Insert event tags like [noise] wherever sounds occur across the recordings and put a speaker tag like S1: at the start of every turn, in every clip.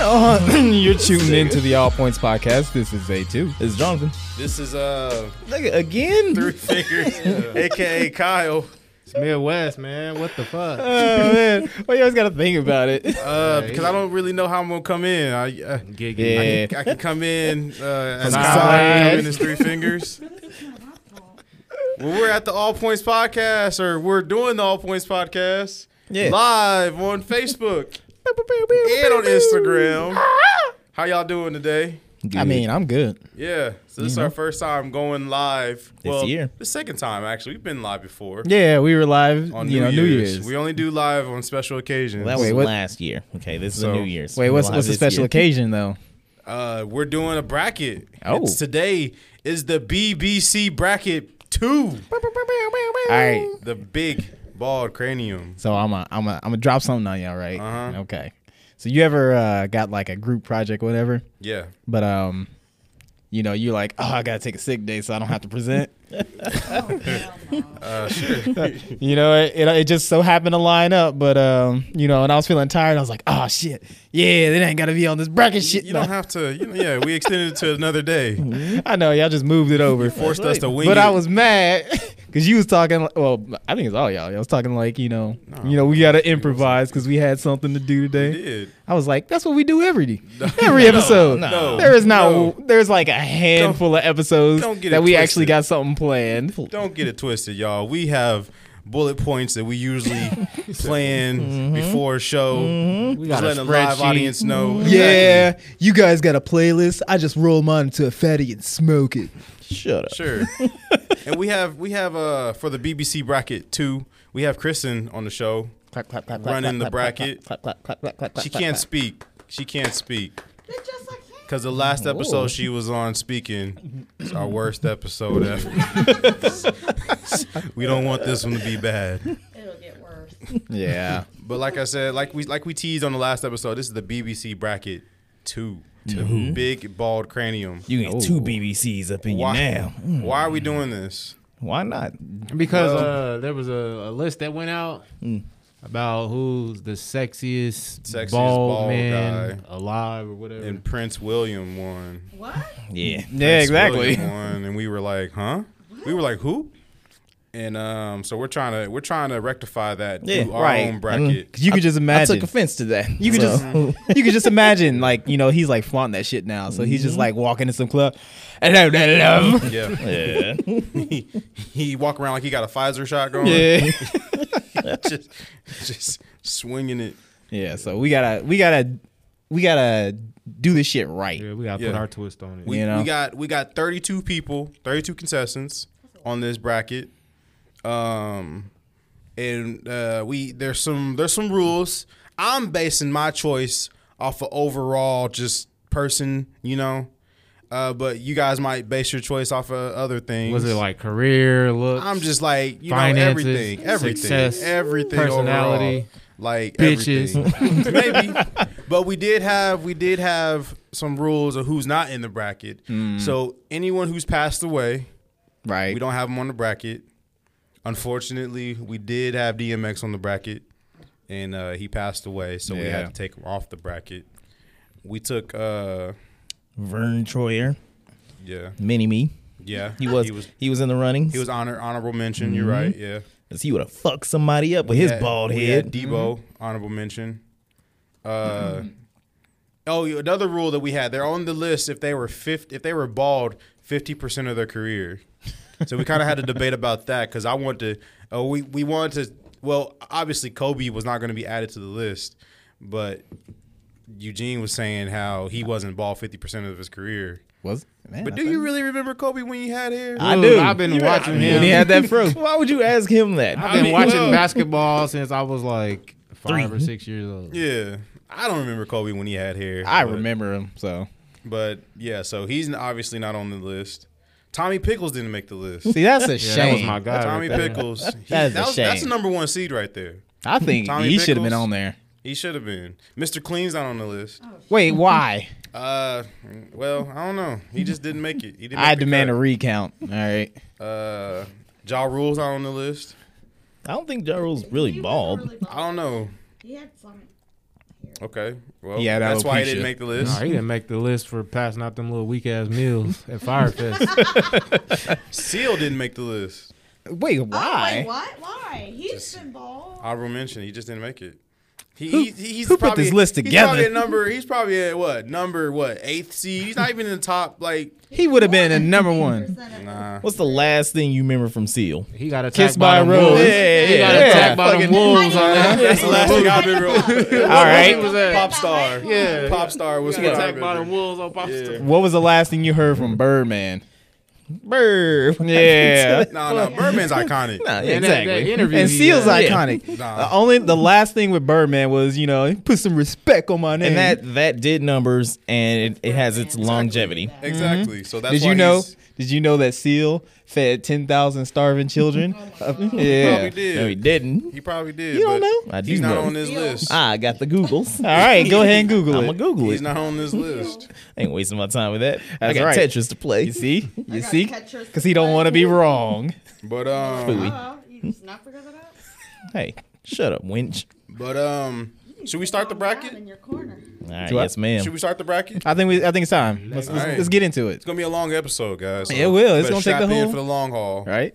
S1: [clears throat] You're tuning into the All Points podcast. This is A2. This is Jonathan.
S2: This is uh
S1: Nigga, again?
S2: three [laughs] fingers, aka Kyle.
S3: It's Midwest, man. What the
S1: [laughs]
S3: fuck?
S1: [laughs] Oh, man. Well, you always got to think about
S2: [laughs]
S1: it.
S2: Uh, because I don't really know how I'm gonna come in. I uh,
S3: Giggity.
S1: Yeah.
S2: I can come in uh, as
S1: From
S2: Kyle
S1: outside.
S2: come in as three fingers. [laughs] well, we're at the All Points podcast, or we're doing the All Points podcast
S1: Yeah.
S2: live on Facebook and on Instagram. How y'all doing today?
S1: I mean, I'm good.
S2: Yeah, so this is our first time going live.
S1: This
S2: well,
S1: year.
S2: the second time actually. We've been live before
S1: Yeah, we were live
S2: on
S1: you
S2: New,
S1: know,
S2: Year's.
S1: New
S2: We
S1: Year's.
S2: only do live on special occasions.
S4: Well, that
S1: Wait,
S4: was
S1: what-
S4: last year. Okay, this is
S2: So-
S4: a New Year's.
S1: Wait,
S4: We
S1: what's
S4: will have
S1: what's the
S4: this
S1: special
S4: year.
S1: occasion though?
S2: Uh, we're doing a bracket.
S1: Oh.
S2: It's today is the BBC bracket two.
S1: All right.
S2: The big bald cranium.
S1: So I'm a, I'm a, I'm gonna drop something on y'all, right?
S2: Uh-huh.
S1: Okay. So you ever uh, got like a group project, whatever,
S2: Yeah.
S1: but um, you know, you're like, oh, I gotta take a sick day so I don't have to
S2: [laughs]
S1: present.
S2: Oh, Uh, sure.
S1: [laughs] you know, it, it it just so happened to line up, but um, you know, and I was feeling tired. I was like, oh shit, yeah, they ain't gotta be on this bracket shit.
S2: you don't have to. You know, yeah, we extended it to
S1: [laughs]
S2: another day.
S1: I know y'all just moved it over.
S2: Forced us to wing
S1: but
S2: it.
S1: I was mad [laughs] because you was talking. Well, I think it's all y'all. I was talking like you know, you know, we gotta improvise because we had something to do
S2: We
S1: today.
S2: did.
S1: I was like, that's what we do
S2: [laughs]
S1: every every episode.
S2: no,
S1: there is not.
S2: no.
S1: There's like a handful of episodes
S2: don't get it
S1: that we actually
S2: twisted.
S1: got something planned.
S2: Don't get it twisted, y'all. We have bullet points that
S1: [laughs]
S2: we usually plan
S1: Mm-hmm.
S2: before a show.
S3: We
S2: Just
S3: got a
S2: letting the live
S3: spreadsheet. Mm-hmm.
S2: audience know.
S1: Yeah, you guys got a playlist. I just roll mine into a fatty and smoke it.
S4: Shut up.
S1: [laughs]
S2: Sure. and we have we have uh for the BBC bracket two. We have Kristen on the show.
S4: Clap, clap, clap,
S2: Run in the
S4: clap,
S2: bracket.
S4: Clap, clap, clap, clap, clap, clap,
S2: She
S4: clap,
S2: can't
S4: clap.
S2: speak. She can't speak.
S5: just like him.
S2: Because the last episode
S4: Whoa.
S2: she was on speaking, it's our worst episode
S4: [laughs]
S2: ever. we don't want this one to be bad.
S5: It'll
S4: [laughs]
S5: get worse.
S2: [laughs]
S1: Yeah,
S2: But like I said, like we like we teased on the last episode, this is the BBC bracket two, the big bald cranium.
S4: You get two BBCs up in
S2: Why?
S4: you now. Mm.
S2: Why are we doing this?
S4: Why not?
S3: Because uh, there was a, a list that went out about who's the Mm. sexiest,
S2: Sexiest
S3: bald,
S2: bald
S3: man
S2: guy.
S3: alive or whatever.
S2: And Prince William won.
S5: What?
S4: Yeah.
S1: yeah,
S2: Prince
S1: exactly.
S2: William won, and we were like, huh? We were like, who? And um, so we're trying to we're trying to rectify that
S4: Yeah,
S2: through our
S4: right.
S1: Mm-hmm.
S2: own
S1: [laughs]
S2: bracket.
S1: You could just
S4: I
S1: imagine.
S4: took offense to that.
S1: You could
S4: So-
S1: [laughs] just you could just imagine like you know he's like flaunting that shit now, so he's just like walking in some club. [laughs] Hello, that love.
S2: Yeah.
S4: [laughs]
S2: [laughs]
S4: Yeah.
S2: he, he walk around like he got a Pfizer shot going.
S1: Yeah,
S2: [laughs] just, just swinging it.
S1: yeah. So we gotta we gotta we gotta do this shit right.
S3: yeah, we gotta put
S2: Yeah.
S3: our twist on it.
S2: We,
S1: You know?
S2: we got we got 32 people, 32 contestants on this bracket. Um, and uh, we there's some there's some rules. I'm basing my choice off of overall just person, you know. Uh, but you guys might base your choice off of other things.
S3: was it like career, looks?
S2: I'm just like you
S3: Finances,
S2: know everything, everything,
S3: success,
S2: everything,
S3: personality,
S2: overall. like
S3: bitches.
S2: everything.
S3: [laughs]
S2: maybe. But we did have we did have some rules of who's not in the bracket.
S4: Mm.
S2: So anyone who's passed away,
S1: Right.
S2: we don't have them on the bracket. Unfortunately, we did have DMX on the bracket, and uh, he passed away, so we
S1: Yeah.
S2: had to take him off the bracket. We took, uh,
S4: Vern Troyer,
S2: yeah,
S4: mini me.
S2: yeah,
S4: He was, Mm-hmm.
S2: he
S4: he
S2: was
S4: was in the running.
S2: he was honor honorable mention. You're right, yeah.
S4: he would have fucked somebody up with his
S2: had-
S4: bald
S2: we
S4: head.
S2: had Debo, honorable mention. Uh, oh, yeah, another rule that we had: they're on the list if they were fifty, if they were bald, fifty percent of their career. So we kind of had a debate about that because I want to. Uh, we we wanted to. Well, obviously Kobe was not going to be added to the list, but Eugene was saying how he wasn't bald fifty percent of his career.
S1: Was man,
S2: But
S1: I
S2: do you really remember Kobe when he had hair?
S4: I
S3: Dude,
S4: do.
S3: I've been
S4: You-
S3: watching
S4: when
S3: him.
S4: he had that fro. Why would you ask him that?
S3: [laughs] I've been
S4: mean,
S3: watching [laughs]
S4: well,
S3: basketball since I was like five or six years old.
S2: yeah, I don't remember Kobe when he had hair.
S1: I
S2: but-
S1: remember him. So
S2: But yeah, so he's n- obviously not on the list. Tommy Pickles didn't make the list.
S1: see, that's a
S3: Yeah,
S1: shame.
S3: that was my guy.
S2: Tommy
S3: right there.
S2: Pickles, he-
S1: That is a
S2: was- that's
S1: shame.
S2: the number one seed right there.
S1: I think
S2: Tommy
S1: he should have been
S2: Pickles?
S1: on there.
S2: He should have been. Mr. Clean's not on the list.
S4: [laughs]
S1: Wait, why?
S2: Uh, well, I don't know. He just didn't make it. He didn't.
S1: I
S2: make the
S1: demand a
S2: cut.
S1: recount. All right.
S2: Uh, Ja Rule's not on the list.
S4: I don't think Ja Rule's really
S5: He
S4: bald.
S5: wasn't really bald.
S2: I don't know.
S5: He had some hair.
S2: Okay. Well,
S4: Yeah,
S2: yeah,
S4: that
S2: that's why I
S4: alopecia.
S2: didn't make the list.
S3: Nah, he didn't make the list for passing out them little weak ass meals at Firefest.
S2: Seal didn't make the list.
S1: Wait,
S5: Oh,
S1: why?
S5: wait, what? Why? He's been bald.
S2: Honorable mention. He just didn't make it. He, he, he's
S4: who put
S2: probably,
S4: this list
S2: He's probably
S4: together?
S2: at number. He's probably at what number? What eighth seed? He's not even in the top. Like
S1: he would have been a number one.
S2: nah.
S4: What's the last thing you remember from Seal?
S3: He got attacked
S1: Kissed by
S3: by,
S1: a
S3: them
S1: rose.
S3: wolves.
S1: Yeah,
S3: he got
S1: yeah,
S3: attacked by them
S1: [laughs]
S4: fucking-
S3: wolves. on that.
S2: That's the last thing I remember. [laughs]
S1: All right.
S3: was that?
S2: Pop star.
S3: Yeah.
S2: Pop star was
S3: [laughs] He
S2: what
S3: got
S2: I
S3: attacked by them
S2: remember.
S3: wolves on Popstar.
S1: What was the last thing you heard from Birdman?
S4: Bird.
S1: [laughs] Yeah.
S2: Nah, nah. Birdman's iconic.
S4: Nah,
S3: And that- that
S4: exactly.
S3: interview
S1: And
S3: he
S1: Seal's
S3: had.
S4: Yeah.
S1: iconic.
S2: Nah.
S1: The only the last thing with Birdman was you know he put some respect on my name.
S4: And that that did numbers, and it, it has its longevity.
S2: Exactly. So that's
S1: Mm-hmm. did
S2: why
S1: you know?
S2: he's-
S1: Did you know that Seal fed ten thousand starving children?
S2: He
S1: yeah.
S2: probably did.
S4: No, he didn't.
S2: He probably did.
S1: You don't
S2: but
S1: know?
S4: I do
S2: He's not
S4: know.
S2: on this list.
S4: I got the [laughs] Googles.
S1: All right, go ahead and Google
S4: I'm
S1: it.
S4: gonna Google
S2: He's
S4: it.
S2: not
S1: [laughs]
S2: on this list.
S4: Ain't wasting my time with that. I
S1: That's
S4: got
S1: right.
S4: Tetris to play.
S1: You see?
S4: [laughs]
S1: You
S5: got
S1: see?
S5: Tetris
S1: Because he don't want to be wrong.
S2: But um,
S4: Food.
S5: Oh, you just not figure that out?
S4: Hey, shut up, winch.
S2: but um, [laughs] should we start the bracket?
S5: In your corner.
S4: All right,
S1: Do I-
S4: yes, ma'am.
S2: Should we start the bracket?
S1: I think we. I think it's time. Let's, let's,
S2: All right.
S1: let's get into it.
S2: It's gonna be a long episode, guys. so
S1: It will. It's gonna
S2: better
S1: take the
S2: strap in
S1: whole-
S2: for the long haul.
S1: Right?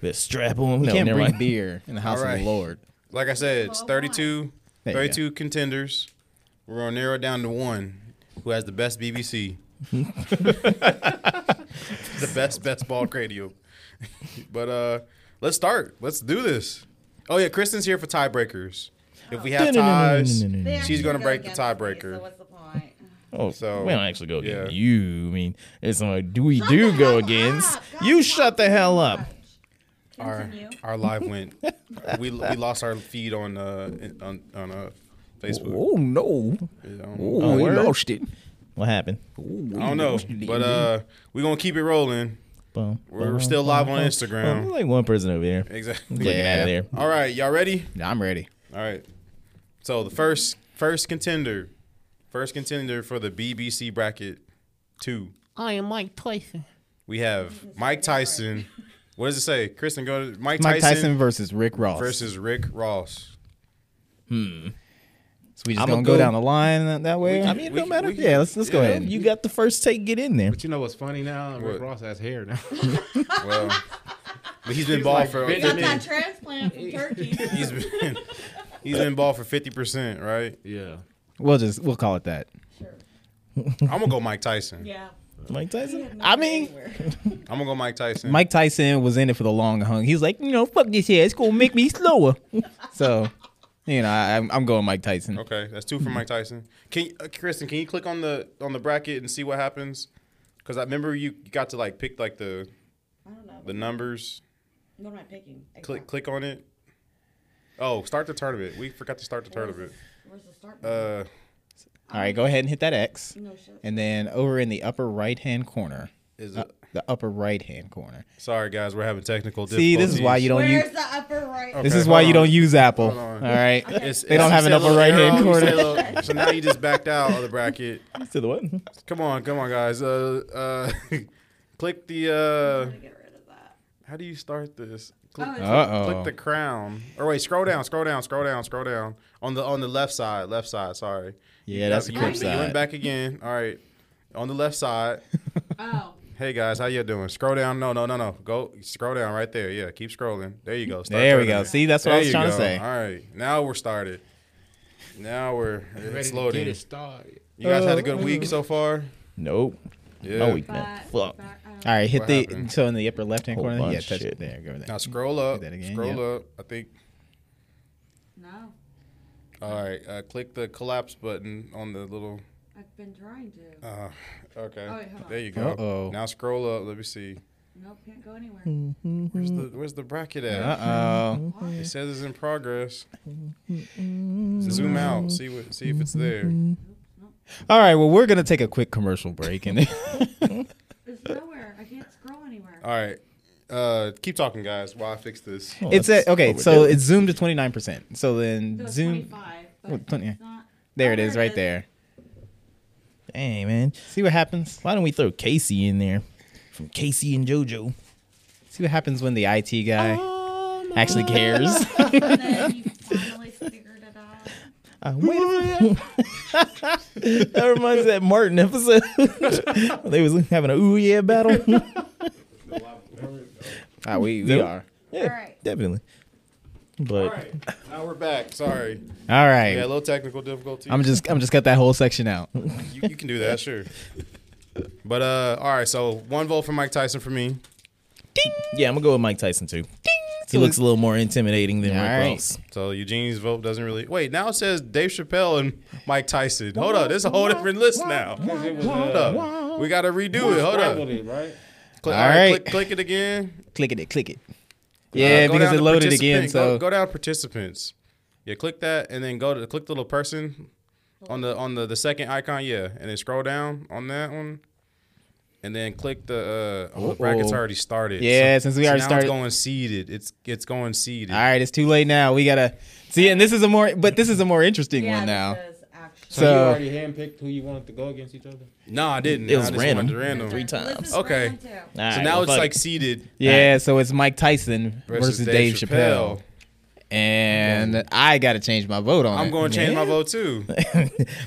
S4: Better strap on.
S1: You
S4: No,
S1: can't
S4: never
S1: bring
S4: mind. [laughs]
S1: beer in the house of
S2: right.
S1: the Lord.
S2: Like I said, it's
S5: Well,
S2: 32,
S1: There you
S2: 32 contenders. We're gonna narrow it down to one who has the best BBC, the best best ball radio. but uh, let's start. Let's do this. Oh yeah, Kristen's here for tiebreakers. If we have ties,
S5: They
S2: She's
S5: actually
S2: gonna
S5: go
S2: break the
S5: against me,
S2: tiebreaker.
S5: So what's the point?
S4: Oh,
S2: So,
S4: we don't actually go against
S2: yeah.
S4: you. I mean, it's somebody do we [laughs]
S5: Shut
S4: do
S5: the
S4: go
S5: hell
S4: against.
S5: up.
S4: You
S5: Ah, God,
S4: shut the
S5: fucking
S4: hell up.
S2: our
S5: Continue.
S2: our live went. we we lost our feed on uh in- on on uh, Facebook.
S4: no!
S2: Yeah, I don't-
S4: Oh,
S1: we
S4: word?
S1: lost it.
S4: What happened?
S2: I don't know, but uh, we're gonna keep it rolling.
S4: Bum,
S2: We're
S4: bum,
S2: still live on
S4: bum.
S2: Instagram.
S4: Like one person over there.
S2: Exactly.
S4: Get out of there.
S2: All right, y'all ready?
S1: I'm ready.
S2: All right. So the first first contender, first contender for the BBC bracket two,
S6: I am Mike Tyson.
S2: we have Mike Tyson. What does it say, Kristen? Go to Mike,
S1: Mike
S2: Tyson,
S1: Tyson versus Rick Ross.
S2: versus Rick [laughs] Ross.
S1: so we just
S4: I'ma
S1: gonna go,
S4: go-
S1: down the line that, that way.
S2: can-
S1: I mean,
S2: we
S1: no
S2: can-
S1: matter.
S2: we can-
S1: yeah, let's let's go
S2: yeah.
S1: ahead.
S4: You got the first take. Get in there.
S3: But you know what's funny now?
S2: What?
S3: Rick Ross has hair now.
S2: Well, but he's been bald for
S5: You got
S3: Benjamin.
S5: that transplant from Turkey.
S2: [laughs] he's been he's been bald for fifty percent, right?
S3: yeah.
S1: We'll just we'll call it that.
S5: Sure.
S2: I'm gonna go Mike Tyson.
S5: Yeah.
S4: Mike Tyson.
S5: Didn't
S1: I
S5: go
S1: mean-
S5: anywhere.
S2: I'm gonna go Mike Tyson.
S1: Mike Tyson was in it for the long hung. He's like, you know, fuck this here. It's gonna make me [laughs] slower. so, you know, I, I'm I'm going Mike Tyson.
S2: Okay, that's two
S1: Mm-hmm.
S2: for Mike Tyson. Can uh, Kristen? Can you click on the on the bracket and see what happens? Because I remember you got to like pick like the
S5: I don't know.
S2: the numbers.
S5: What am I picking?
S2: Click click on it. Oh, start the tournament. We forgot to start the tournament.
S5: Where's the start?
S2: Uh,
S1: All right, go ahead and hit that X,
S5: no shit.
S1: and then over in the upper right hand corner,
S2: is
S1: uh,
S2: it?
S1: the upper right hand corner.
S2: Sorry guys, we're having technical difficulties.
S1: See, this is why you don't use.
S5: Where's the upper right?
S1: This
S2: Okay,
S1: is why
S2: hold
S1: you
S2: on.
S1: don't use Apple. All
S2: Hold on.
S1: right.
S2: Oh, It's-
S1: They don't
S2: it's-
S1: have an
S2: you said
S1: upper
S2: little
S1: right-hand
S2: arrow, you
S1: corner. [laughs]
S2: said little- So now you just backed out of the bracket.
S4: [laughs] To the what?
S2: Come on, come on guys. Uh, uh, [laughs] click the.
S5: I'm gonna get rid of that.
S2: Uh, how do you start this?
S5: Oh,
S2: Click
S5: it's-
S1: Uh
S2: Click the crown. Or wait, scroll down, scroll down, scroll down, scroll down. On the on the left side, left side. Sorry.
S4: Yeah, that's the
S2: you,
S4: crib
S2: You went
S4: side.
S2: back again. All right. On the
S1: [laughs]
S2: left side.
S5: [laughs] oh.
S2: Hey guys, how you doing? Scroll down. No, no, no, no. Go scroll down right there. Yeah, keep scrolling. There you go. Start
S1: There we
S2: tournament.
S1: go. See, that's what I
S2: There
S1: was
S2: you
S1: trying to
S2: go.
S1: say.
S2: All right, now we're started. Now we're
S3: Ready
S2: it's
S3: to
S2: loading.
S3: Get it started.
S2: You guys had a good week
S1: Oh.
S2: so far.
S4: Nope.
S2: Yeah.
S4: No, we
S5: But,
S4: Fuck.
S5: but,
S1: All
S5: uh,
S1: right, hit
S2: What
S1: the
S2: happened?
S1: so in the upper left hand
S4: Whole
S1: corner.
S4: bunch
S1: Yeah,
S4: of
S1: touch
S4: shit.
S1: it there. Go over there.
S2: Now scroll up.
S1: that again,
S2: Scroll
S1: yep.
S2: up. I think.
S5: No,
S2: All right. Uh, click the collapse button on the little.
S5: I've been trying to.
S2: Uh, okay.
S5: Oh, wait, hold on.
S2: there you go.
S1: Uh-oh.
S2: Now scroll up. Let me see.
S5: Nope, can't go anywhere.
S1: Mm-hmm.
S2: Where's the Where's the bracket at?
S1: Uh oh.
S2: It says it's in progress. Zoom out. See what. See if it's there.
S1: All right. Well, we're gonna take a quick commercial break, and [laughs]
S5: It's nowhere. I can't scroll anywhere.
S2: All right. Uh, keep talking, guys. While I fix [laughs] this.
S4: Oh,
S1: it's
S4: that's
S1: at okay.
S4: what we're
S1: So
S4: doing.
S1: it's zoomed to twenty nine percent. So then
S5: It was
S1: zoom.
S5: 25, but
S1: Well, 20.
S5: it's not-
S1: There
S5: Oh,
S1: it is, right there.
S4: Dang man,
S1: See what happens.
S4: why don't we throw Casey in there? From Casey and JoJo. Oh,
S1: See what happens when the IT guy actually cares.
S4: [laughs]
S1: [laughs]
S5: And then you finally figured it out.
S4: I'm waiting for- [laughs] that reminds me of that Martin episode. [laughs] they was having a ooh yeah battle.
S1: [laughs] Ah, we we
S4: Nope.
S1: are.
S4: yeah,
S5: Alright.
S4: definitely. But
S2: All right, now we're back. Sorry,
S1: All right.
S2: yeah, a little technical difficulty.
S1: I'm just I'm just cut that whole section out.
S2: you, you can do that, [laughs] sure. But uh, all right, so one vote for Mike Tyson for me.
S4: yeah, I'm gonna go with Mike Tyson too. He looks a little more intimidating than
S1: All
S4: Rick
S1: right.
S4: Ross.
S2: So Eugene's vote doesn't really wait. Now it says Dave Chappelle and Mike Tyson. Hold up, this is a whole different list now. Hold up, we gotta redo it. Hold up.
S3: Scrambled it, right?
S2: Click,
S1: All
S2: all right,
S1: right.
S2: click, click it again.
S1: click it, click it.
S2: Uh,
S1: Yeah,
S2: go
S1: because
S2: down
S1: it
S2: to
S1: loaded again.
S2: participant. Go-
S1: So
S2: go, down to participants. Yeah, click that and then go to click the little person on the on the the second icon. Yeah, and then scroll down on that one. And then click the uh, oh, the brackets
S1: Uh-oh.
S2: already started.
S1: Yeah, since we already
S2: now
S1: started-
S2: it's going seeded. It's it's going seeded.
S1: all right, it's too late now. We gotta see, and this is a more but this is a more interesting
S5: Yeah,
S1: one now.
S5: this is actually.
S3: So, you
S1: So-
S3: already handpicked who you wanted to go against each other.
S2: No, I didn't.
S4: It
S2: I
S4: was
S2: just
S4: random.
S2: wanted Random.
S4: Three
S2: So
S4: times.
S5: This is
S2: Okay.
S5: round two.
S4: All right,
S2: now
S4: well,
S2: it's
S4: fuck
S2: like
S4: it.
S2: seeded
S1: Yeah, so it's Mike Tyson
S2: versus, Dave, Chappelle.
S1: and I gotta change my vote on it.
S2: I'm going to change my
S4: Yeah.
S2: vote
S1: [laughs]
S2: too.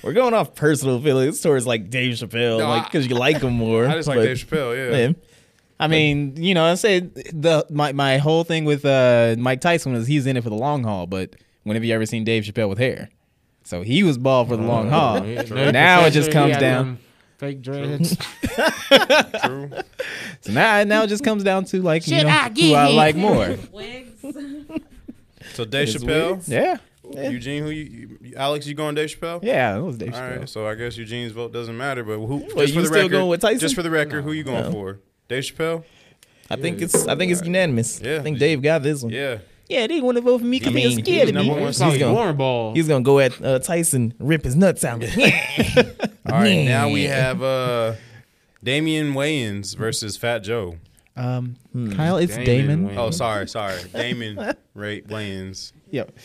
S4: we're going off personal feelings towards like Dave Chappelle,
S2: No,
S4: like
S2: I-
S4: because you
S2: [laughs]
S4: like him more.
S2: I just like
S4: but-
S2: Dave Chappelle. Yeah.
S4: Yeah.
S1: I mean, you know, I say the my my whole thing with uh, Mike Tyson was he's in it for the long haul. But when have you ever seen Dave Chappelle with hair? So he was bald for the long
S2: Oh,
S1: haul. now it just comes down. [laughs]
S3: Fake dreads.
S2: True.
S1: So now now it just comes down to like you
S6: Should
S1: know
S6: I
S1: who
S6: get
S1: I
S6: him?
S1: like
S4: [laughs]
S1: more.
S5: Wigs.
S2: So Dave
S4: His
S2: Chappelle,
S1: Yeah,
S2: Eugene, who you, you Alex, you going Dave Chappelle?
S1: yeah, it was Dave
S2: All
S1: Chappelle.
S2: right, so I guess Eugene's vote doesn't matter, but who?
S4: Well,
S2: just for
S4: you
S2: the
S4: still
S2: record,
S4: going with Tyson?
S2: Just for the record, who you going for? Dave Chappelle?
S4: I think it's I think it's unanimous.
S2: Yeah.
S4: I think Dave got this one.
S2: Yeah.
S4: Yeah, they want to vote for me because
S1: I mean,
S4: they're scared of me.
S2: number one
S4: He's
S2: seed.
S4: gonna,
S3: Warren Ball.
S4: he's gonna go at uh, Tyson, rip his
S1: [laughs]
S4: nuts out.
S2: All right, now we have uh, Damian Wayans versus Fat Joe.
S1: Um, Kyle, it's
S3: Damon
S1: Damon.
S3: Wayans.
S2: Oh, sorry, sorry, Damon Ray Wayans.
S1: Yep.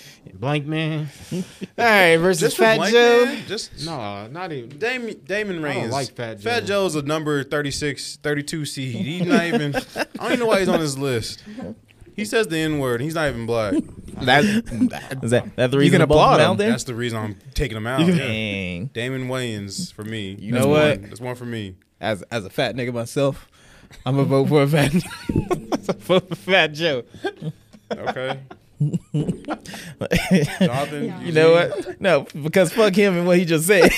S1: [laughs]
S3: Blank man.
S1: All right, versus
S2: Just for
S1: Fat
S2: blank,
S1: Joe.
S2: man, Just
S3: No, not even.
S2: Damon, Damon Reigns.
S3: don't like Fat
S2: Fat
S3: Joe.
S2: Joe's a number 36, 32 seed. He's not even. I don't even know why he's on this list. He says the N word. He's not even black.
S1: That,
S4: Is that that the
S1: You
S4: reason
S1: can
S4: to
S1: applaud
S4: block him
S1: him.
S4: out there?
S2: That's the reason I'm taking him out. yeah.
S4: Dang.
S2: Damon Wayans for me. You
S1: know what?
S2: That's one for me.
S1: as as a fat nigga myself, I'm gonna vote for a fat. [laughs] vote for Fat Joe.
S2: Okay. Jonathan,
S4: You know what? No, because fuck him and what he just said.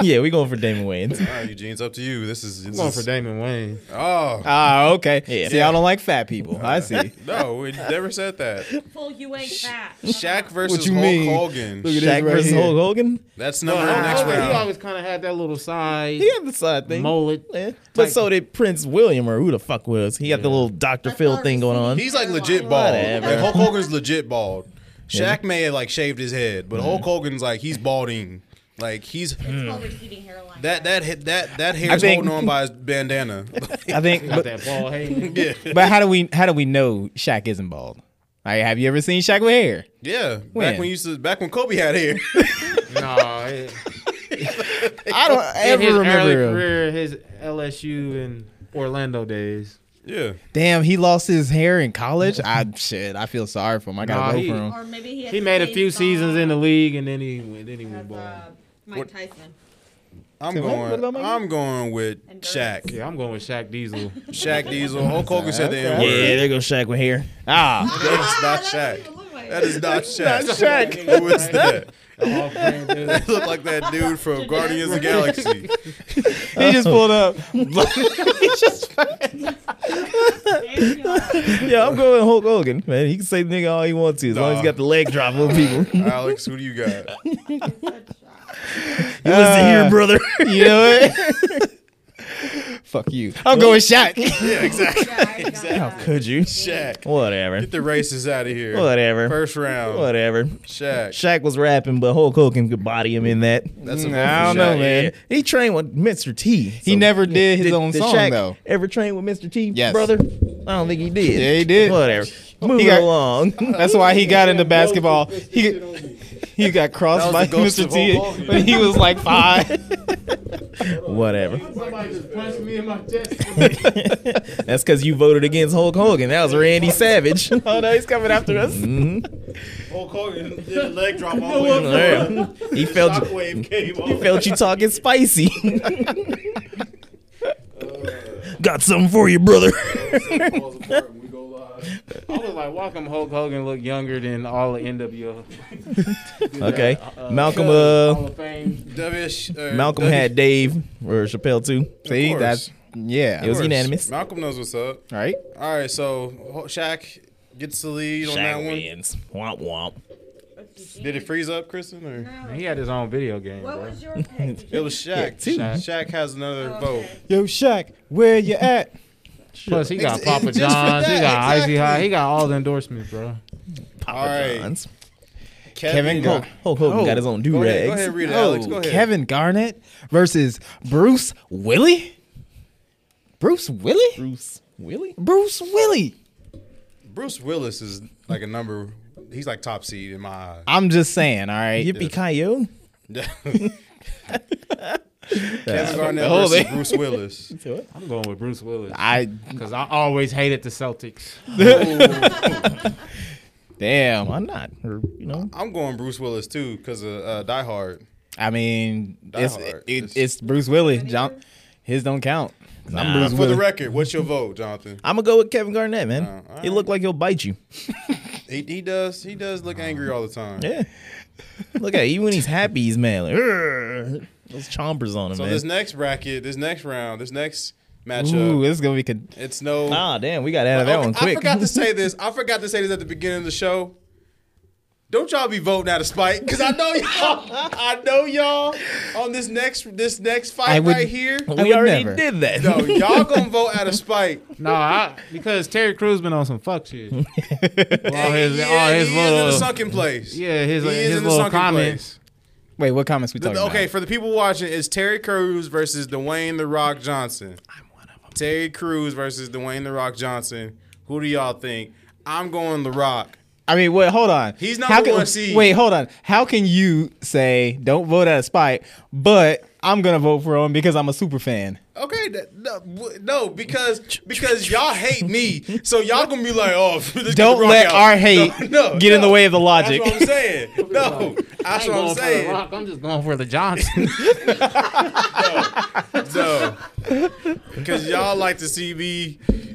S4: [laughs] yeah, we going for Damon Wayans.
S2: All right, Eugene, it's up to you. This is. This
S3: I'm going for
S2: is-
S3: Damon Wayne.
S2: Oh.
S1: Ah, okay.
S4: Yeah.
S1: See, I don't like fat people. I see.
S2: No, we never said that.
S5: Full you ain't fat.
S2: Shaq versus
S1: you
S2: Hulk
S1: mean?
S2: Hogan.
S1: Look at
S4: Shaq
S1: this right
S4: versus
S1: here.
S4: Hulk Hogan.
S2: That's number one next
S3: Hogan, He
S2: round.
S3: always kind of had that little side
S4: He had the side thing.
S3: mullet.
S4: Yeah. But
S3: Like-
S4: so did Prince William or who the fuck was? He got the little Dr. Phil thing going on.
S2: He's like legit bald.
S4: Whatever.
S2: Like Hulk Hogan's legit bald. Shaq may have like shaved his head, but Hulk Hogan's like he's balding. Like he's
S5: It's called
S2: Hmm.
S5: receding hairline.
S2: that that hit- that that hair's
S1: think-
S2: holding on by his bandana. [laughs]
S1: I think,
S3: Got
S1: but,
S3: that
S1: [laughs]
S3: ball hanging.
S2: yeah,
S1: but how do we how do we know Shaq isn't bald? Like, have you ever seen Shaq with hair?
S2: yeah.
S1: When?
S2: Back when you used to, back when Kobe had hair.
S3: no, it,
S1: I [laughs] don't
S3: in
S1: ever
S3: his early
S1: remember him.
S3: career, his LSU and Orlando days.
S2: yeah,
S1: Damn, he lost his hair in college. I shit. I feel sorry for him. I gotta
S3: Nah,
S1: vote
S3: he-
S1: for him.
S5: Or maybe he, had
S3: He made a
S5: stayed
S3: few
S5: bald
S3: seasons in the league, and then he went. Then he
S5: as,
S3: went bald.
S5: uh, Mike Tyson.
S2: I'm
S1: Say what? What
S2: going.
S1: about Mike?
S2: I'm going with
S5: And Dirk.
S2: Shaq.
S3: Yeah, I'm going with Shaq
S5: [laughs]
S3: Diesel.
S2: Shaq Diesel. Hulk Hogan said the N word.
S4: yeah, there goes Shaq with hair.
S1: Ah,
S5: [laughs]
S2: That's not
S5: Ah, that
S2: Shaq.
S5: doesn't even look like
S2: That is not Shaq.
S1: Shaq.
S2: Who is that?
S3: All-frame
S2: It looked like that dude from Guardians of the Galaxy.
S1: [laughs] he just pulled up.
S2: [laughs]
S5: it.
S4: Yeah, I'm going with Hulk Hogan, man. He can say nigga all he wants to as long as
S2: Nah.
S4: he got the leg drop
S1: [laughs]
S4: on people.
S2: Alex, who do you got?
S4: You listen here, brother.
S1: Uh, You know
S4: [laughs]
S1: what? Fuck you. I'm going Shaq.
S2: Yeah, exactly.
S4: How could you?
S2: Shaq.
S4: Whatever.
S2: Get the racists out of here.
S4: Whatever.
S2: First round.
S4: Whatever.
S2: Shaq.
S4: Shaq was rapping, but Hulk Hogan could body him in that.
S2: That's a vote
S1: Mm, I
S2: for
S1: don't know,
S2: Shaq.
S1: man.
S4: Yeah. He trained with Mr. T.
S1: He
S4: so-
S1: never did his
S4: Did-
S1: own
S4: did
S1: song
S4: Shaq
S1: though.
S4: Ever trained with Mr. T,
S1: Yes.
S4: brother? I don't think he did.
S1: Yeah, he did.
S4: Whatever. Moving
S1: got-
S4: along.
S1: [laughs] That's why he got into basketball. He he got crossed
S2: That
S1: by
S2: was the ghost
S1: Mr.
S2: of
S1: T
S2: Hulk Hogan.
S1: when [laughs] he was like five.
S4: [laughs] Whatever.
S3: Somebody just punched me in my chest.
S1: [laughs]
S4: That's because you voted against Hulk Hogan. That was Randy Savage.
S1: oh no, he's coming after us.
S4: Mhm.
S6: Hulk Hogan did a leg drop all
S4: All
S6: the way.
S4: right. He felt
S6: Shockwave came
S4: he
S6: off.
S4: felt you talking spicy. Got something for you, [laughs] brother.
S6: Falls apart when we go live.
S3: I was like, Welcome Hulk Hogan look younger than all the
S5: [laughs]
S3: NWO.
S4: Okay.
S3: Uh,
S4: Malcolm,
S3: Hall
S4: uh,
S3: of Fame.
S2: Wish, uh,
S4: Malcolm
S2: W-
S4: had Dave or Chappelle too.
S1: See,
S2: course.
S1: that's yeah.
S4: It was
S2: course.
S4: unanimous.
S2: Malcolm knows what's up.
S1: right.
S2: All right, so Ho- Shaq gets the lead on that
S4: Shaq
S2: one.
S4: wins. Womp womp.
S2: Did it freeze up, Kristen? Or?
S5: No.
S3: He had his own video game.
S5: What
S3: Bro.
S5: was your pick?
S2: [laughs] It was Shaq.
S4: two.
S2: Shaq. has another
S5: Okay.
S2: vote.
S1: Yo, Shaq, where you [laughs] at?
S3: Plus, he got
S2: Ex-
S3: Papa
S2: just for that,
S3: John's. He got
S2: exactly.
S3: Icy High. He got all the endorsements, bro.
S4: Papa
S2: All right.
S4: John's.
S1: Kevin
S4: Hulk,
S1: Gar-
S4: Hulk Hogan
S1: Oh.
S4: got his own do
S2: Go ahead, go ahead,
S4: rags.
S2: read it,
S1: Oh,
S2: Alex. Go ahead.
S1: Kevin Garnett versus Bruce Willie. Bruce Willie.
S4: Bruce Willie.
S1: Bruce Willie.
S2: Bruce Willis is like a number. He's like top seed in my eye. [laughs]
S1: I'm just saying. All right.
S4: Yippee ki yo.
S2: Kevin
S1: the
S2: Garnett
S1: whole
S2: versus
S1: thing.
S2: Bruce Willis.
S3: I'm going with Bruce Willis
S1: I
S3: because I always hated the Celtics.
S1: damn.
S4: Why not? Or you know,
S2: I'm going Bruce Willis too because of uh, Die Hard.
S1: I mean,
S2: Die
S1: it's
S2: Hard.
S1: it, it's Bruce Willie. John, his don't count. 'Cause I'm Bruce
S2: Uh, For the
S1: Willis.
S2: record, what's your vote, Jonathan?
S4: I'm gonna go with Kevin Garnett, man.
S2: Uh, all
S4: He looked like he'll bite you.
S2: He, he does he does look angry all the time.
S4: Yeah. Look at it, even when he's happy, he's mad. Like, "Urgh." Those chompers on him,
S2: So
S4: man.
S2: this next bracket, this next round, this next
S1: Ooh,
S2: matchup,
S1: this is gonna be. Con-
S2: it's no.
S4: ah, damn, we got out of that
S2: Okay,
S4: one quick.
S2: I
S4: [laughs]
S2: forgot to say this. I forgot to say this at the beginning of the show. Don't y'all be voting out of spite, cause I know y'all. I know y'all on this next this next
S1: I
S2: fight
S1: would-
S2: right here.
S1: I
S4: we
S1: would
S4: already
S1: never.
S4: did that.
S2: No, y'all gonna vote out of spite.
S3: No, I, because Terry Crews been on some fuck [laughs] shit. All his,
S2: yeah,
S3: [laughs] all
S2: he
S3: his
S2: is in the
S3: little,
S2: sunken place.
S3: yeah, his,
S2: He is
S3: his
S2: in the
S3: little
S2: sunken
S3: comments.
S1: [laughs] Wait, what comments we
S2: The-
S1: talking
S2: the- okay,
S1: about?
S2: for the people watching, it's Terry Crews versus Dwayne the Rock Johnson. I'm one of them. Terry Crews versus Dwayne the Rock Johnson. Who do y'all think? I'm going the Rock.
S1: I mean, wait, hold on.
S2: He's
S1: not
S2: number
S1: can,
S2: one seed.
S1: Wait, hold on. How can you say don't vote out of spite, but I'm gonna vote for him because I'm a super fan?
S2: Okay, that, no, w-
S1: [laughs]
S2: no, because because y'all hate me, so y'all gonna be like, oh, [laughs] this guy's
S1: Don't
S2: the Rock
S1: let
S2: out.
S1: our hate
S2: [laughs]
S1: get in the way of the logic.
S2: That's what
S1: [laughs]
S2: I'm saying. No, that's what I'm
S3: Going for the
S2: saying.
S3: Rock, I'm just going for the Johnson.
S2: No, because y'all like to see me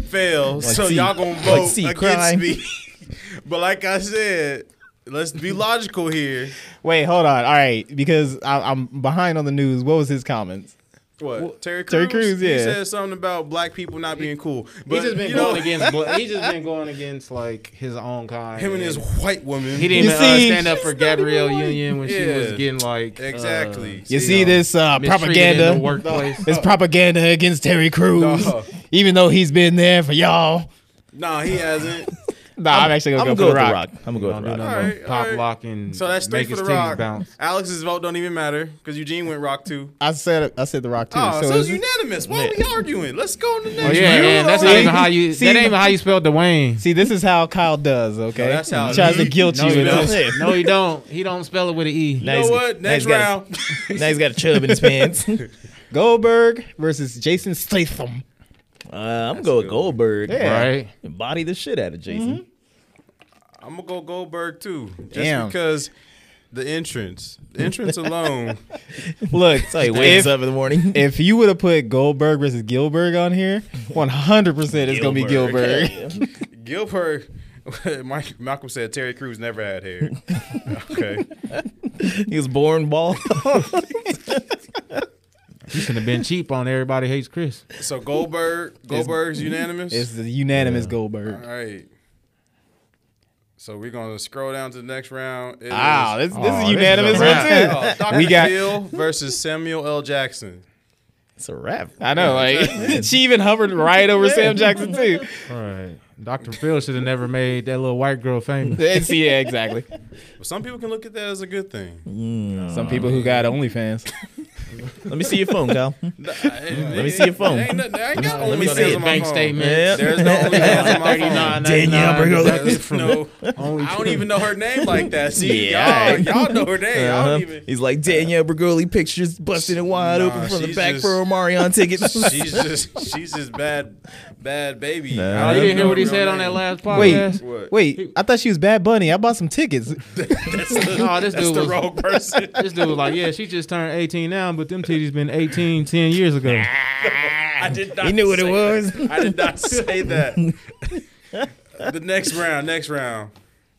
S2: fail, so
S4: see-
S2: y'all gonna
S4: like
S2: vote
S4: see
S2: against
S4: cry.
S2: me. [laughs] but like I said, let's be logical here.
S1: Wait, hold on. All right, because I, I'm behind on the news. What was his comments?
S2: What Terry Crews?
S1: Terry Crews,
S2: He
S1: yeah.
S2: said something about black people not being cool. But
S3: He just been
S2: you
S3: going
S2: know,
S3: against. bla- He just been going against like his own kind.
S2: him and his white woman.
S3: He didn't
S1: You
S3: uh,
S1: see-
S3: stand up for Gabrielle Union when she was
S2: Yeah.
S3: getting like
S2: [laughs] exactly.
S1: You see this uh,
S3: uh, mistreated in the
S1: propaganda?
S2: [laughs]
S3: workplace.
S1: It's propaganda against Terry Crews,
S2: No.
S1: even though he's been there for y'all.
S2: uh, Nah, he hasn't.
S1: Nah, I'm, actually
S4: I'm
S1: gonna go, for
S4: gonna go with
S1: the rock.
S4: the rock. I'm gonna go
S3: Don't
S4: with
S3: do
S4: the rock.
S3: nothing
S2: All right,
S3: but pop
S2: all right.
S3: lock and
S2: So that's three
S3: make
S2: for
S3: his
S2: the
S3: titties
S2: rock.
S3: bounce.
S2: Alex's vote don't even matter because Eugene went rock too.
S1: I said I said the rock too.
S2: Oh, so,
S1: it's-
S2: it's unanimous. Why are we arguing? Let's go to the
S3: Oh
S2: next.
S3: yeah,
S2: round.
S3: and that's
S1: See-
S3: not even how you.
S1: see-
S3: that ain't even how you spell Dwayne.
S1: see, this is how Kyle does. Okay,
S2: that's how
S1: he tries to
S2: he-
S1: guilt
S2: no,
S1: you.
S2: he
S1: into-
S4: [laughs]
S2: does.
S4: Yeah.
S3: No, he don't. He don't spell it with an [laughs] E.
S2: You know
S4: he's-
S2: what?
S4: now
S2: Next
S4: he's got a-
S2: round.
S4: [laughs] now he's got a chub in
S2: [laughs]
S4: his pants. Uh,
S1: Goldberg versus Jason Statham.
S4: I'm gonna go with Goldberg.
S1: Yeah. Mm-hmm.
S3: Right?
S4: Body the shit out of Jason.
S2: I'm gonna go Goldberg too, just
S1: Damn.
S2: because the entrance, the entrance alone.
S1: Look,
S4: So he
S1: if-
S4: wakes up in the morning.
S1: If you would have put Goldberg versus Gilbert on here, 100% it's going to be Gilbert. [laughs]
S2: Gilbert, [laughs] Mike, Malcolm said Terry Crews never had hair. okay,
S4: [laughs] he was born bald.
S3: You should have been cheap on everybody hates Chris.
S2: so Goldberg, Goldberg's unanimous.
S1: It's the unanimous Goldberg.
S2: All right. So we're gonna scroll down to the next round. It
S1: Wow,
S2: is-
S1: this, this
S3: Oh,
S1: is
S3: this
S1: unanimous
S3: is
S1: one
S3: a wrap.
S1: [laughs] too.
S2: Oh, [laughs] Dr.
S1: We got-
S2: Phil versus Samuel L. Jackson.
S4: it's a wrap.
S1: I know, like she even hovered right over Sam Jackson too.
S3: All right. Dr. Phil should have never made that little white girl [laughs] famous.
S1: It's- yeah, exactly.
S3: Mm.
S2: But some people can look at that as a good thing.
S1: Some people who got OnlyFans.
S4: Let me see your phone, Kyle.
S2: Let
S4: me see your phone.
S2: Ain't nothing- I ain't got
S3: Let
S2: only
S3: me go to
S2: sales
S3: his
S2: on my
S3: bank
S2: phone.
S3: statement.
S4: Yeah.
S2: There's no
S3: [laughs]
S2: only sales on my phone.
S3: $39.99.
S4: Danielle, bring up-
S2: There's no, [laughs] I don't even know her name like that. See,
S4: Yeah.
S2: y'all, y'all know her name. I
S4: Uh-huh.
S2: don't even.
S4: He's like Danielle Bergoli pictures busting it wide
S2: Nah,
S4: open from the
S2: she's
S4: back for
S2: just-
S4: Omarion tickets.
S2: She's just, she's just bad, bad baby.
S4: Nah.
S2: I
S3: Oh, You
S2: don't
S3: didn't
S2: know
S3: hear what he
S2: her
S3: said
S2: real
S3: on that
S2: name.
S3: last
S1: Wait,
S3: podcast?
S6: What?
S1: wait. I thought she was Bad Bunny. I bought some tickets.
S2: That's the, oh,
S3: No, this
S2: that's
S3: dude
S2: the
S3: was-
S2: wrong person.
S3: This dude was like, yeah, she just turned 18 now, but them titties been 18 10 years ago.
S2: I
S4: [laughs]
S2: did not.
S4: he knew what it
S2: say
S4: was.
S2: that. I did not say
S4: [laughs]
S2: that. the next round, next round,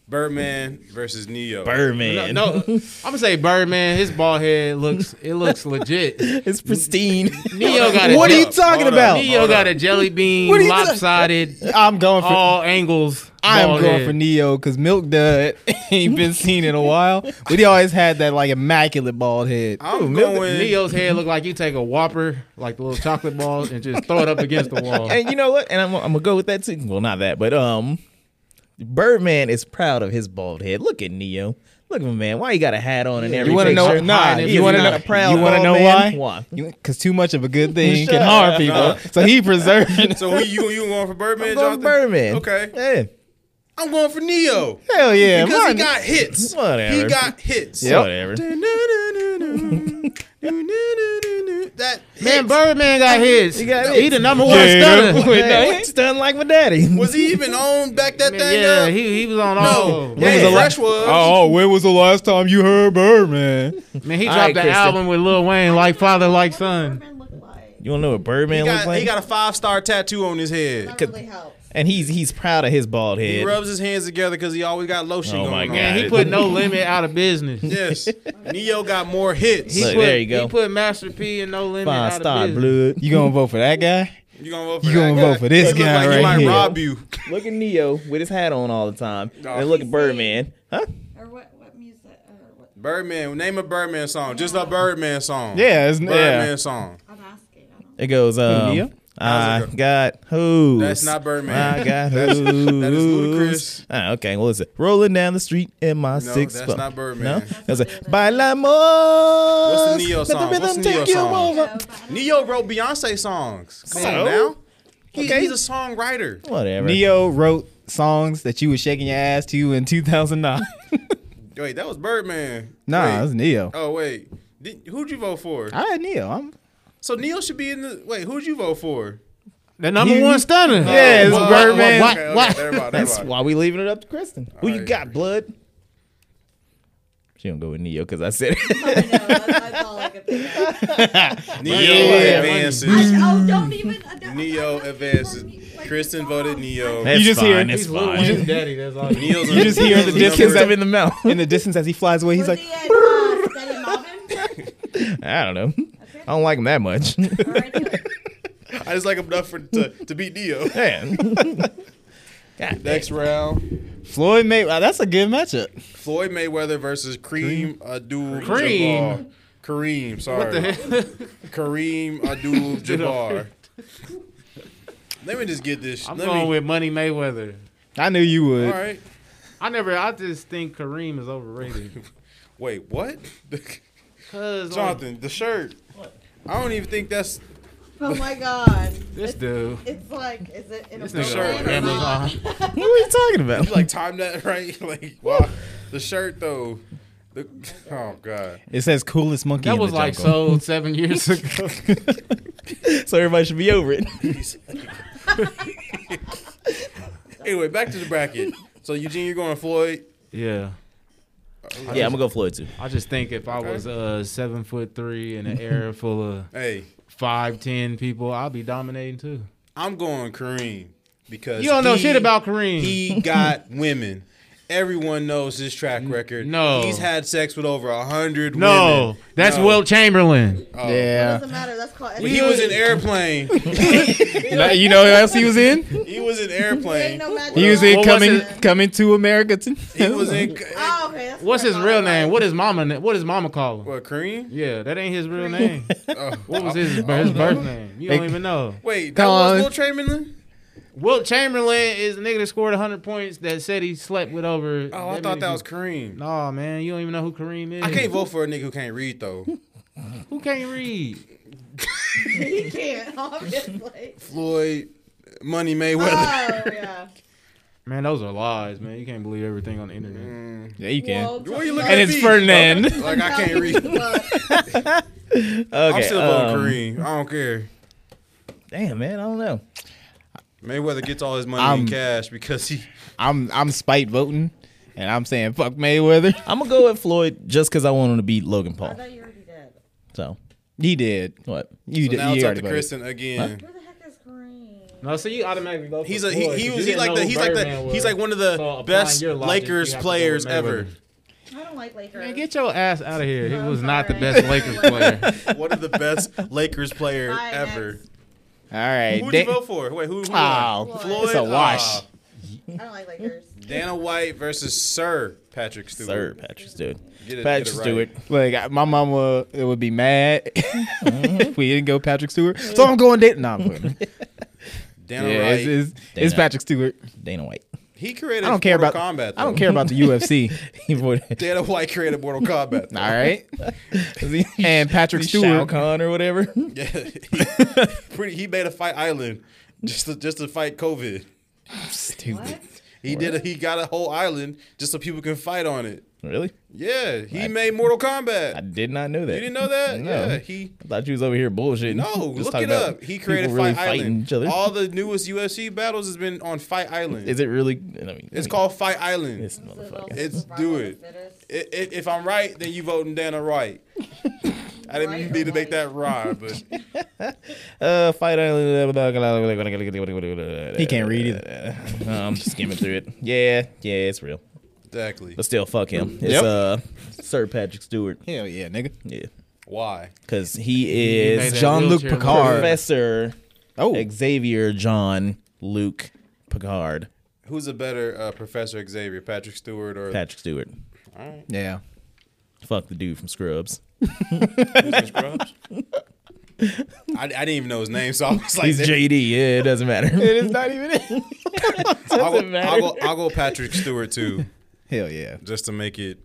S2: Birdman versus Neo.
S4: Birdman.
S3: No, I'm gonna say Birdman. His bald head looks it looks legit.
S4: It's pristine.
S3: Neo got a
S1: What are
S3: je-
S1: you talking
S2: hold
S1: about?
S2: up.
S3: Neo got a jelly bean,
S1: What are you talking-
S3: lopsided,
S1: I'm going for.
S3: all angles.
S1: I am
S3: bald
S1: going
S3: head.
S1: for Neo because Milk Dud [laughs] ain't been seen in a while, but he always had that like immaculate bald head.
S2: I'm
S4: Milton
S2: going.
S3: Neo's head look like you take a whopper, like the little chocolate balls, and just throw it up against the wall.
S4: and you know what? And I'm, I'm gonna go with that too. Well, not that, but um, Birdman is proud of his bald head. Look at Neo. Look at him, man. Why he got a hat on and every
S1: You want to know?
S4: picture?
S1: Nah,
S3: hiding
S1: you
S3: his
S1: want to
S3: nut.
S1: know?
S4: Proud
S1: you want to
S4: bald
S1: know
S4: man.
S1: why?
S4: Why?
S1: Because too much of a
S2: [laughs]
S1: good thing
S4: Shut
S1: can
S4: up.
S1: harm people.
S2: Nah.
S1: So he
S2: [laughs]
S1: preserved. [laughs]
S2: So who you you going for Birdman?
S4: I'm going
S2: Jonathan?
S4: Birdman.
S2: Okay.
S4: Hey.
S2: I'm going for Neo
S1: Hell yeah,
S2: because
S1: Martin.
S2: he got hits.
S4: Whatever.
S2: He got hits.
S1: Yep.
S4: [laughs] Whatever.
S2: that
S3: Man,
S2: hits.
S3: Birdman got his. He,
S4: got
S3: the number one
S1: Yeah.
S4: [laughs]
S3: stunner.
S1: Wait, no,
S4: Hey, Stunned like my daddy.
S2: was he even on back that thing
S3: Yeah,
S2: up?
S3: he, he was on
S2: no,
S3: all.
S2: yeah,
S1: was the
S2: Fresh was.
S1: [laughs] Oh, when was the last time you heard Birdman?
S3: Man, he
S4: All
S3: dropped
S4: right,
S3: the
S4: Kristen.
S3: album with Lil Wayne, like father, like son.
S4: You wanna know what Birdman
S2: he,
S4: looks
S2: got,
S4: like?
S2: he got a five star tattoo on his head.
S5: That really helps.
S4: and he's he's proud of his bald
S2: He
S4: head.
S2: rubs his hands together because he always got lotion
S4: Oh
S2: going
S4: my
S2: on.
S4: God.
S3: Man, he put no limit out of
S2: [laughs]
S3: business.
S2: Yes, Neo got more hits.
S3: He
S4: Look,
S3: put,
S4: there you go.
S3: He put Master P and No Limit
S4: Five
S3: out
S4: star
S3: of business.
S4: blood.
S1: You gonna vote for that guy?
S2: You gonna vote for
S1: You
S2: that
S1: gonna
S2: guy?
S1: vote for this
S2: He look
S1: guy
S2: like he
S1: right
S2: might
S1: here.
S2: rob you.
S4: [laughs] Look at Neo with his hat on all the time.
S1: Oh,
S4: and look at Birdman. Huh?
S5: Or what? What music? Or what?
S2: Birdman, name a Birdman song. Just a Birdman song.
S1: Yeah, it's,
S2: Birdman
S1: yeah.
S2: song.
S5: I'm asking. I don't
S4: It goes, um,
S1: Neo?
S4: I
S2: How's it go?
S4: got who?
S2: That's not Birdman.
S4: I got
S2: That's-
S4: who?
S2: that is Ludacris.
S4: Ah, okay, what is it? Rolling down the street in my
S2: No,
S4: six.
S2: that's
S4: foot.
S2: not Birdman.
S4: No, that's like
S5: That's
S4: Bailamos.
S2: What's the Neo song?
S4: Let the
S2: What's
S4: rhythm
S2: the Neo
S4: take you
S2: song?
S4: over.
S5: know, but I don't-
S2: Neo wrote Beyonce songs. Come
S4: So?
S2: on now. He-
S4: Okay.
S2: He's a songwriter.
S4: Whatever.
S1: Neo wrote songs that you was shaking your ass to in
S2: [laughs]
S1: 2009.
S2: Wait, that was Birdman.
S1: nah,
S2: Wait.
S1: it's Neo.
S2: Oh wait, Did, who'd you vote for?
S1: I had Neo. I'm
S2: So Neo should be in the. Wait, who'd you vote for?
S3: The number one stunner.
S1: Yeah, it's
S2: Oh,
S1: Birdman.
S2: Okay, okay,
S4: Why-
S2: never mind, never
S4: That's
S2: mind.
S4: why we leaving it up to Kristen. Who you
S2: Alright.
S4: got, blood? She don't go with Neo because I said it.
S5: I know, that's- that's all I could think
S2: [laughs]
S5: of.
S2: Neo
S4: Yeah.
S2: advances.
S5: I- oh, don't even. I don't-
S2: Neo advances. Kristen voted Neo.
S4: [laughs] It's
S1: just
S4: fine,
S1: hear-
S4: It's
S3: He's Lil
S4: fine.
S3: Wayne's daddy. That's all.
S2: [laughs]
S3: he-
S2: Neo's
S1: You just hear in the distance
S4: Kissed
S1: that-
S4: him in the mouth.
S1: in the distance as he flies away. He's
S5: Was
S1: like,
S5: he at, uh, Steady Marvin?
S4: I don't know. I don't like him
S1: [laughs]
S4: that much.
S5: All right, good.
S2: I just like him enough for, to, to beat Neo.
S4: Man.
S2: Next round,
S1: Floyd May.
S4: uh,
S1: Wow, that's a good matchup.
S2: Floyd Mayweather versus Kareem Abdul Jabbar.
S3: Kareem.
S2: Kareem, sorry.
S3: What the hell?
S2: Kareem Abdul
S3: [laughs]
S2: Jabbar. Let me just get this.
S3: I'm
S2: Let
S3: going
S2: me,
S3: with Money Mayweather.
S1: I knew you would.
S2: [laughs] All right.
S3: I never. I just think Kareem is overrated.
S2: Wait, what? [laughs]
S3: Cause like,
S2: Jonathan, the shirt. I don't even think that's
S5: Oh my God.
S3: this
S5: It's-
S3: dude.
S5: It's like, is it in a
S3: This
S5: plane
S2: sure.
S5: or
S3: nigga on
S5: not?
S3: Amazon.
S4: what are you talking about?
S2: you like timed that [laughs] right. Like wow, the shirt though. The, [laughs] oh god.
S1: It says coolest monkey.
S3: That
S1: in
S3: was
S1: the
S3: like
S1: jungle.
S3: sold seven years ago.
S4: so everybody should be over it.
S2: [laughs] Anyway, back to the bracket. So Eugene, you're going Floyd.
S3: yeah.
S4: yeah, I'm gonna go Floyd too.
S3: I just think if I was uh seven foot three in an era full of
S2: Hey,
S3: five ten people, I'd be dominating too.
S2: I'm going Kareem because
S3: You don't know
S2: he-
S3: shit about Kareem.
S2: He got women. Everyone knows his track record.
S3: no.
S2: he's had sex with over a hundred.
S3: no,
S2: women.
S3: that's
S2: No.
S3: Will Chamberlain.
S2: Oh.
S1: [laughs]
S5: [laughs]
S1: Yeah.
S5: Doesn't matter. That's called.
S2: He was
S1: [laughs]
S2: in airplane.
S1: Now, you know who else he was in?
S2: he was in
S5: Ain't
S2: airplane.
S5: no magic
S1: He was
S5: wand.
S1: in
S3: What was
S1: coming
S3: it?
S1: coming to America. T-
S2: He
S1: [laughs]
S2: was in.
S5: Oh, okay. that's
S3: What's
S5: what I
S3: his
S5: thought.
S3: real name? What is mama? na- What does mama call him?
S2: What Kareem?
S3: Yeah, that ain't
S2: [laughs]
S3: his real name.
S2: Oh.
S3: What was his, his birth name? You don't even know.
S2: Wait, that
S1: Come
S2: was
S1: on.
S2: Will Chamberlain.
S3: Wilt Chamberlain is the nigga that scored 100 points that said he slept with over.
S2: Oh, I
S3: many
S2: thought that was
S3: people.
S2: Kareem.
S3: Nah, man, you don't even know who Kareem is.
S2: I can't vote for a nigga who can't read though.
S3: Who can't read?
S5: [laughs] he can't,
S2: [laughs]
S5: obviously.
S2: Floyd, Money Mayweather.
S5: oh,
S2: [laughs]
S5: yeah.
S3: Man, those are lies, man. You can't believe everything on the
S1: Oh.
S2: Mm.
S3: internet.
S1: Yeah, you can.
S5: Well,
S2: What are you looking
S1: and
S2: at
S1: it's
S2: me?
S1: Fernand.
S2: like I
S1: [laughs]
S2: can't read. [laughs]
S4: Okay,
S2: I'm still
S4: um,
S2: on Kareem. I don't care.
S4: Damn, man, I don't know.
S2: Mayweather gets all his money
S1: I'm-
S2: in cash because he.
S1: I'm I'm spite voting, and I'm saying fuck Mayweather. [laughs]
S4: I'm gonna go with Floyd just because I want him to beat Logan
S5: I
S4: Paul.
S5: thought you already did.
S4: So
S1: He did.
S4: what?
S1: You
S2: So
S1: did.
S2: now
S1: you
S2: it's up
S1: already
S2: to
S1: voted.
S2: Kristen again.
S5: Who the heck is green?
S3: No, so you automatically go.
S2: He's a he, he was he's like the he's like the he's like one of the
S3: So applying
S2: best
S3: your logic,
S2: Lakers
S3: you have to go with
S2: players ever.
S3: Mayweather.
S5: I don't like Lakers.
S3: Man, get your ass out of here. He
S5: I'm
S3: was not the
S5: sorry.
S3: best Lakers
S2: [laughs] [laughs]
S3: player.
S2: one of the best Lakers player
S5: Bye,
S2: ever.
S5: next.
S1: All right.
S2: Who'd
S1: Da-
S2: you vote for? Wait, who? who
S1: Oh,
S2: won?
S5: Floyd.
S1: It's a wash.
S2: Ah,
S5: I don't like Lakers.
S2: Dana White versus Sir Patrick Stewart.
S4: Sir Patrick Stewart.
S2: Get it-
S4: Patrick
S2: get it right.
S4: Stewart.
S1: Like I- my mama it would be
S2: [laughs]
S1: mad [laughs] if we didn't go Patrick Stewart. So I'm going Dayton. Nah, I'm playing.
S2: [laughs] Dana
S1: yeah,
S2: White.
S1: it's, it's,
S4: Dana.
S1: it's Patrick Stewart.
S4: Dana White. [laughs]
S2: he created.
S1: I don't care
S2: Mortal
S1: about
S2: Kombat.
S1: I don't
S2: though. [laughs]
S1: care about the [laughs] UFC.
S4: He voted-
S2: Dana White created
S1: [laughs]
S2: Mortal Kombat. [laughs]
S1: All right.
S4: [laughs]
S1: and Patrick
S4: Shao
S1: Stewart.
S4: Kahn
S2: [laughs]
S4: or whatever.
S2: Yeah, he, pretty. He made a fight island just to, just to fight COVID.
S1: Stupid.
S2: He did. A, he got a whole island just so people can fight on it.
S4: really?
S2: Yeah, he made Mortal Kombat.
S4: I did not know that.
S2: you didn't know that?
S4: No.
S2: Yeah, he.
S4: I thought you was over here bullshitting.
S2: No,
S4: Just
S2: look
S4: talking
S2: it
S4: about
S2: up. He created
S4: people really
S2: Fight
S4: fighting
S2: Island.
S4: Each other.
S2: All the newest UFC battles has been on Fight Island.
S4: Is it really? I mean,
S2: it's called Fight Island.
S4: This motherfucker.
S2: It's
S5: Survival
S2: do
S5: of the
S2: it.
S5: fittest.
S2: I- i- if I'm right, then you voting Dana
S4: [laughs]
S2: Wright. I didn't
S5: Right or
S2: need to make that
S5: right?
S2: rhyme, but
S4: Uh, Fight Island.
S1: He can't read either.
S4: Uh, I'm just skimming
S2: [laughs]
S4: through it. Yeah, yeah, it's real.
S2: exactly.
S4: But still, fuck him. It's
S1: Yep.
S4: uh, Sir Patrick Stewart.
S1: Hell yeah, nigga.
S4: Yeah,
S2: Why?
S4: because he
S3: He made
S4: is
S3: that
S1: Jean Luc
S3: wheelchair look-
S1: Picard.
S4: Professor
S1: Oh,
S4: Xavier John Luke Picard
S2: Who's a better uh, Professor Xavier, Patrick Stewart or
S4: Patrick Stewart.
S2: All right.
S1: yeah.
S4: Fuck the dude
S1: [laughs]
S4: from Scrubs.
S2: Scrubs? I, I didn't even know his name, so I was like,
S4: He's
S2: that-
S4: JD. Yeah, it doesn't matter.
S1: [laughs] It is not even
S4: [laughs]
S1: it.
S2: I'll,
S4: doesn't
S2: go, I'll,
S4: matter.
S2: go, I'll go Patrick Stewart too,
S1: Hell yeah.
S2: just to make it.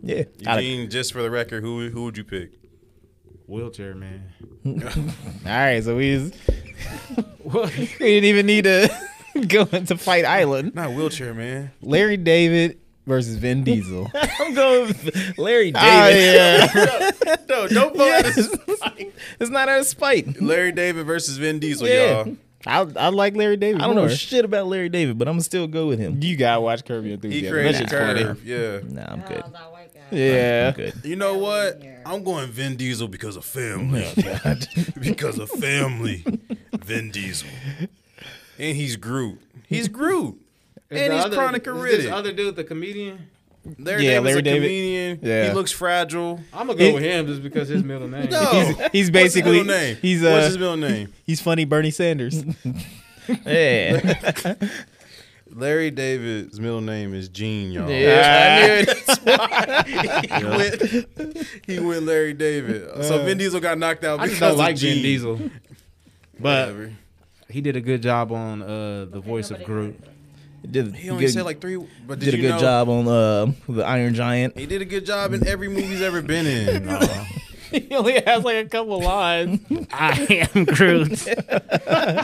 S4: yeah, I,
S2: Eugene, just for the record, who who would you pick?
S3: Wheelchair man.
S1: All right, so we just, [laughs] we didn't even need to [laughs] go into Fight Island. Oh,
S2: Not wheelchair man.
S1: Larry David versus [laughs] Vin Diesel.
S4: [laughs] I'm going with Larry David.
S1: Ah, yeah.
S2: No, don't
S4: [laughs]
S2: vote.
S4: it's not out of spite.
S2: Larry David versus Vin Diesel,
S4: Yeah.
S2: y'all.
S1: I, I like Larry David.
S4: I don't know
S1: more.
S4: shit about Larry David, but I'm gonna still go with him.
S1: You gotta watch Kirby
S2: He
S1: Enthusiasm. That
S2: created
S1: shit's funny.
S2: Curve. Yeah.
S4: Nah, I'm good.
S5: Oh, that white guy.
S1: Yeah. [laughs]
S4: I'm good.
S2: You know what?
S5: Yeah.
S2: I'm going Vin Diesel because of family. [laughs] because of family. Vin Diesel. And he's Groot. He's Groot. and he's chronic
S3: Is this
S2: arrhythmic.
S3: other dude, the comedian.
S2: Larry
S1: Yeah,
S2: David's
S1: Larry
S2: a
S1: David.
S2: comedian.
S1: Yeah.
S2: He looks fragile.
S3: I'm gonna go with him just because his middle name. [laughs]
S2: No.
S1: He's, he's
S2: What's his
S1: basically
S2: middle name?
S1: he's
S2: What's
S1: uh
S2: his middle name?
S1: he's funny Bernie [laughs] Sanders.
S4: Yeah.
S2: Larry David's middle name is Gene, y'all.
S4: yeah.
S2: [laughs] He, went, [laughs] he went Larry David. so Vin Diesel got knocked out
S3: I
S2: because
S3: just don't
S2: of
S3: like
S2: Gene.
S3: Vin Diesel. But
S2: Whatever.
S3: he did a good job on uh, the voice of Groot.
S4: Did,
S2: He only
S4: good-
S2: said like three. But did,
S4: did a
S2: you
S4: good
S2: know-
S4: job on uh, the Iron Giant.
S2: He did a good job in every movie he's ever been
S4: [laughs]
S2: in.
S1: he only has like a couple lines.
S3: I am Groot.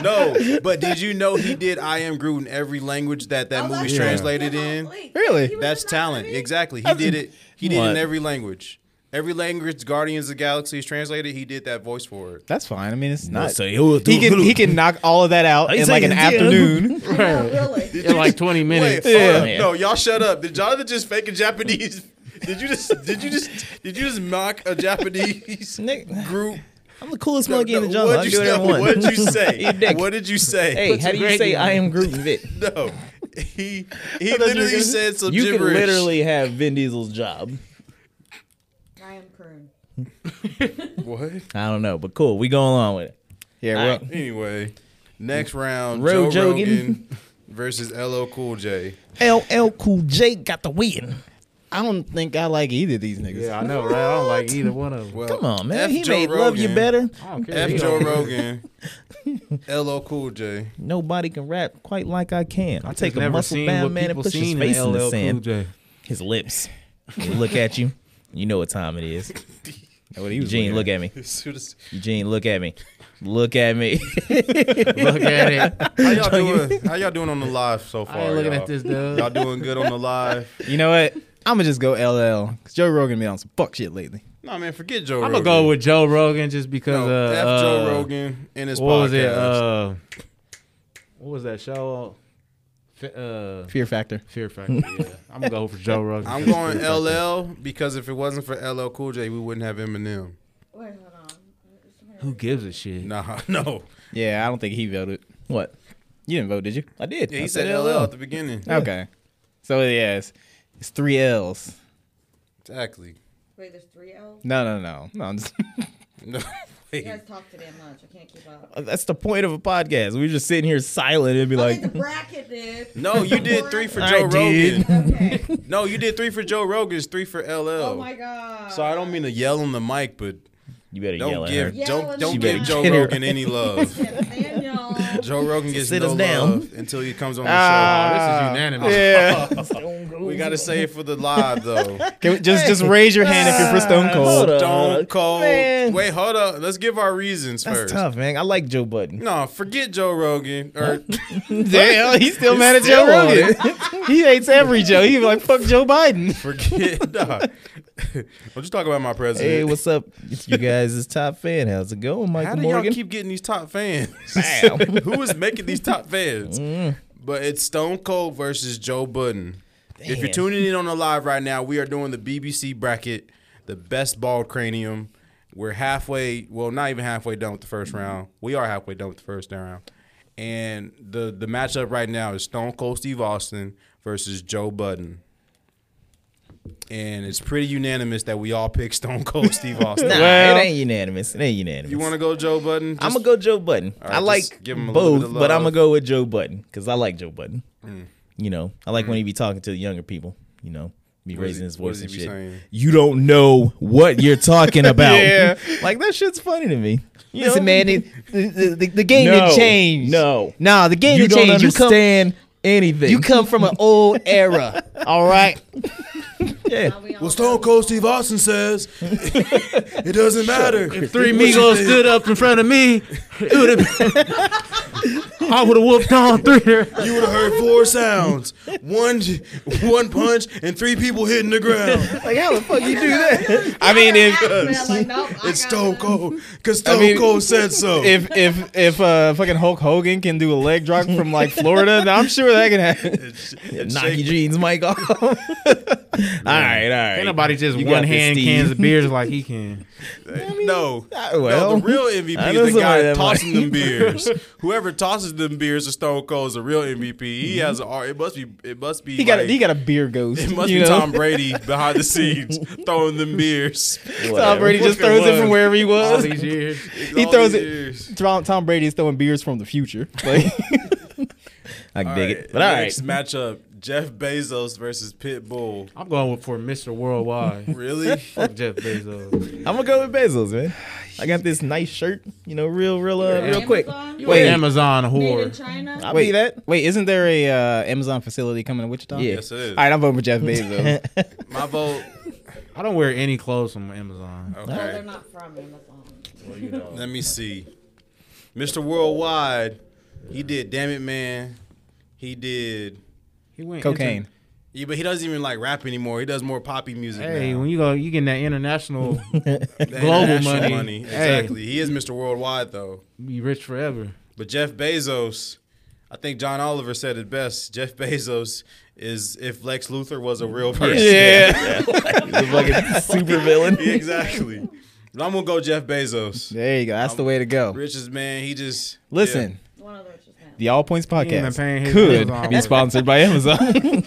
S2: No, but did you know he did I Am Groot in every language that that
S5: Oh,
S2: movie's
S5: that's-
S2: translated
S5: Yeah,
S2: in?
S5: wait,
S1: Really?
S5: he was
S2: That's
S5: in that
S2: talent.
S5: movie?
S2: Exactly. He did it. He did it
S4: What?
S2: in every language. Every language Guardians of the Galaxy is translated, he did that voice for
S1: [laughs]
S2: it.
S1: That's fine. I mean, it's not.
S4: So he
S1: He can he can knock all of that out
S4: Are you
S1: in like an
S4: saying-
S1: afternoon.
S5: Yeah, [laughs]
S2: [laughs]
S5: really.
S3: in like 20 minutes.
S2: Wait, hold up.
S4: Yeah.
S2: No, y'all shut up. Did Jonathan just fake a Japanese? Did you just did you just did you just mock a
S4: [laughs]
S2: Japanese
S4: [laughs] Nick,
S2: group?
S4: I'm the coolest monkey in the jungle.
S2: what'd
S4: I'll
S2: you
S4: do
S2: say?
S4: whatever I want.
S2: What'd
S4: [laughs]
S2: you say?
S4: Eat dick.
S2: What did you say?
S4: Hey, how do you
S3: great
S4: say
S3: in
S4: I am
S2: [laughs]
S4: Groot and Vit?
S2: No. He he
S4: thought you were
S2: literally
S4: gonna-
S2: said some
S4: You
S2: gibberish.
S4: could literally have Vin Diesel's job.
S5: I am Croon.
S2: [laughs] what?
S4: I don't know, but cool. We go along with it.
S1: Yeah,
S4: All
S1: well,
S4: right.
S2: Anyway, next round
S4: Roe
S2: Joe
S4: Jogan.
S2: Rogan versus LL Cool J.
S4: LL Cool J got the win.
S1: I don't think I like either of these niggas.
S3: Yeah, I know, right? I don't like either one of them.
S2: Well,
S4: Come on, man.
S2: F
S4: he
S2: Joe
S4: made Love You
S2: Rogan.
S4: Better.
S3: I don't care.
S2: F
S3: He
S2: Joe
S3: [laughs] don't-
S2: Rogan. LL Cool J.
S4: Nobody can rap quite like I can. I,
S3: I've
S4: take
S3: just
S4: a
S3: never
S4: muscle
S3: seen
S4: bound
S3: what
S4: man and
S2: [laughs]
S3: people
S4: push his
S3: seen
S4: face in,
S3: LL
S4: the
S3: Cool
S4: sand.
S3: J.
S4: His lips. They look at you. You know what time it is.
S1: What he was looking
S4: Eugene, look at me.
S2: As soon as-
S4: Eugene, look at me. Look at me. [laughs]
S3: Look at it.
S2: How y'all doing? How y'all doing on the live so far?
S3: I ain't looking
S2: y'all?
S3: at this dude.
S2: Y'all doing good on the live?
S1: You know what? I'm gonna just go LL because Joe Rogan been on some fuck shit lately.
S2: No man, forget Joe.
S3: I'm
S2: Rogan.
S3: gonna go with Joe Rogan just because.
S2: no,
S3: uh,
S2: F
S3: uh,
S2: Joe Rogan and his
S3: What
S2: podcast.
S3: was it? Uh, what was that show? Fe- Uh,
S1: Fear Factor.
S3: Fear Factor. [laughs] Yeah, I'm gonna go for Joe Rogan.
S2: I'm
S3: because
S2: going
S3: Fear Factor.
S2: LL because if it wasn't for LL Cool J, we wouldn't have Eminem.
S5: Wait, hold on.
S3: Who gives a shit?
S4: [laughs]
S2: Nah, no.
S1: Yeah, I don't think he voted.
S4: what?
S1: You didn't vote, did you?
S4: I did.
S2: Yeah,
S4: I
S2: he said LL at the beginning.
S1: Okay. So yeah, it's, it's three L's.
S2: Exactly.
S5: Wait, there's three L's?
S1: No, no, no, no. I'm just-
S2: No, [laughs]
S5: You
S2: wait.
S5: guys talk too damn much. I can't keep
S4: [laughs]
S5: up.
S4: That's the point of a podcast. We're just sitting here silent and be
S5: I
S4: like,
S5: did the bracket, dude.
S2: Uh, No, you did three for
S4: I
S2: Joe
S4: did. [laughs]
S2: Rogan.
S5: Okay.
S2: [laughs] No, you did three for Joe Rogan. It's three for LL.
S5: Oh my god.
S2: So I don't mean to yell on the mic, but
S4: you better yell
S2: don't
S4: at
S2: give
S4: her.
S5: Yell
S2: don't
S5: at
S2: don't
S5: the
S2: give
S5: mic.
S2: Joe
S4: Get her.
S2: Rogan any
S4: [laughs]
S5: [laughs]
S2: love. [laughs]
S5: Daniel.
S2: Joe Rogan gets
S4: Sit
S2: no
S4: us down. Ah.
S2: love until he comes on the
S3: Oh,
S2: show.
S3: this is unanimous.
S1: yeah.
S2: We gotta say it for the live though.
S1: [laughs] Can we- just just raise your hand if you're for Stone
S4: [laughs] Hold
S1: Cold.
S4: up.
S2: Stone Cold.
S4: man.
S2: Wait, hold up. Let's give our reasons
S4: That's
S2: first.
S4: tough, man. I like Joe Budden.
S2: No, forget Joe Rogan. Or
S1: Damn, he's still mad at Joe
S4: still on
S1: Rogan. he hates every Joe. [laughs] He like fuck Joe [laughs] Biden.
S2: forget. [laughs] Nah. Don't you talk about my president?
S4: Hey, what's up? It's you guys. It's Top Fan. How's it going,
S2: How
S4: Michael
S2: do
S4: Morgan?
S2: y'all
S4: [laughs]
S2: keep getting these top fans? [laughs]
S4: Bam.
S2: Who is making these top fans?
S4: Mm.
S2: But it's Stone Cold versus Joe Budden. If you're
S4: Damn.
S2: tuning in on the live right now, we are doing the BBC bracket, the best bald cranium. We're halfway, well, not even halfway done with the first round. We are halfway done with the first round. And the the matchup right now is Stone Cold Steve Austin versus Joe Budden. And it's pretty unanimous that we all pick Stone Cold
S4: [laughs]
S2: Steve Austin.
S4: nah,
S1: Well-
S4: it ain't unanimous. It ain't unanimous.
S2: You want to go Joe Budden?
S4: I'm
S2: Just-
S4: gonna go Joe Budden.
S2: right,
S4: I
S2: just
S4: like
S2: give him a little bit
S4: both,
S2: of
S4: but I'm gonna
S2: love. Mm.
S4: go with Joe Budden because I like Joe Budden. You know, I like when he be talking to the younger people. You know, be
S2: What is
S4: raising
S2: he-
S4: his
S2: what
S4: voice
S2: is
S4: and
S2: he be
S4: shit.
S2: saying?
S4: You don't know what
S2: [laughs]
S4: you're talking about.
S1: Yeah.
S4: [laughs] like that shit's funny to me. You
S1: Listen,
S4: know?
S1: man, it, the, the, the, the game had
S4: No.
S1: changed.
S4: No.
S1: nah, the game
S4: you
S1: had
S4: don't
S1: changed.
S4: understand anything.
S1: You come, you come from an old
S4: [laughs]
S1: era. All right.
S4: yeah.
S5: Now we all
S2: Well, Stone Cold Steve Austin says [laughs] it doesn't matter. If
S3: Three Migos stood up in front of me. It [laughs] would have been. I would have whooped on three.
S2: you would have heard four sounds, one one punch, and three people hitting the ground. [laughs]
S1: Like how the fuck you do that? I mean, if
S5: Man, like, nope, I
S2: It's
S5: got
S2: Stone
S5: this.
S2: Cold, cause Stone
S1: mean,
S2: Cold said so.
S1: if if if uh fucking Hulk Hogan can do a leg drop from like Florida, then I'm sure that can happen.
S4: Knock your jeans,
S1: [laughs]
S2: [laughs]
S4: Mike off. all right, all right.
S3: Ain't nobody just
S4: You got
S3: one
S4: this,
S3: hand
S4: Steve.
S3: cans of beers like he [laughs] can.
S2: no,
S4: Ah, well,
S2: no, the real MVP
S4: I know
S2: is the
S4: somebody
S2: guy
S4: that might.
S2: tossing them beers. Whoever tosses them beers to Stone Cold is a real MVP. He has a R. It must be. It must be.
S1: He got a,
S2: like-
S1: he got a beer ghost.
S2: It must
S1: you
S2: be
S1: know?
S2: Tom Brady behind the scenes throwing them beers.
S1: [laughs] Tom Brady just
S2: Look at
S1: throws it from
S2: one.
S1: wherever he
S3: All
S1: was.
S3: these years.
S1: He throws it-
S2: Years.
S1: Tom, Tom Brady is throwing beers from the future. [laughs] Like,
S4: I can
S2: All
S4: dig
S2: right,
S4: it. But all right,
S2: next matchup: Jeff Bezos versus Pitbull.
S3: I'm going with for Mr. Worldwide. [laughs]
S2: Really?
S3: Fuck Jeff Bezos.
S4: I'm gonna go with Bezos, man. I got this nice shirt, you know, real, real, uh,
S5: Amazon?
S4: real quick.
S5: You
S3: Wait,
S4: Wait.
S3: Amazon
S5: were Made in
S3: whore.
S5: China.
S4: I'll
S1: Wait.
S4: be that.
S1: wait, isn't there a uh, Amazon facility coming to Wichita?
S4: Yeah.
S2: yes, it is.
S1: All right, I'm voting for Jeff
S2: [laughs]
S1: Bezos. [laughs]
S2: My vote.
S3: I don't wear any clothes from Amazon.
S5: No, they're
S2: Okay.
S5: not from Amazon.
S2: Let me see. Mr. Worldwide, he did. Damn it, man. He did.
S3: He went
S1: Cocaine.
S2: Yeah, but he doesn't even like rap anymore. He does more poppy music
S3: inter- hey,
S2: now.
S3: when you go, you getting that international. [laughs]
S2: The
S3: global
S2: international
S3: money. Hey.
S2: Exactly. He is Mr. Worldwide though.
S3: be rich forever.
S2: But Jeff Bezos, I think John Oliver said it best. Jeff Bezos is if Lex Luthor was a real person.
S4: the fucking super villain.
S2: [laughs] Yeah, exactly. But I'm gonna go Jeff Bezos.
S1: There you go. That's the way to go.
S2: Richest man, he just
S1: Listen,
S5: One of those just now.
S1: the All Points
S3: even paying
S1: podcast
S3: his
S1: could
S3: Amazon
S1: be
S3: work.
S1: sponsored by
S4: [laughs]
S1: Amazon. [laughs]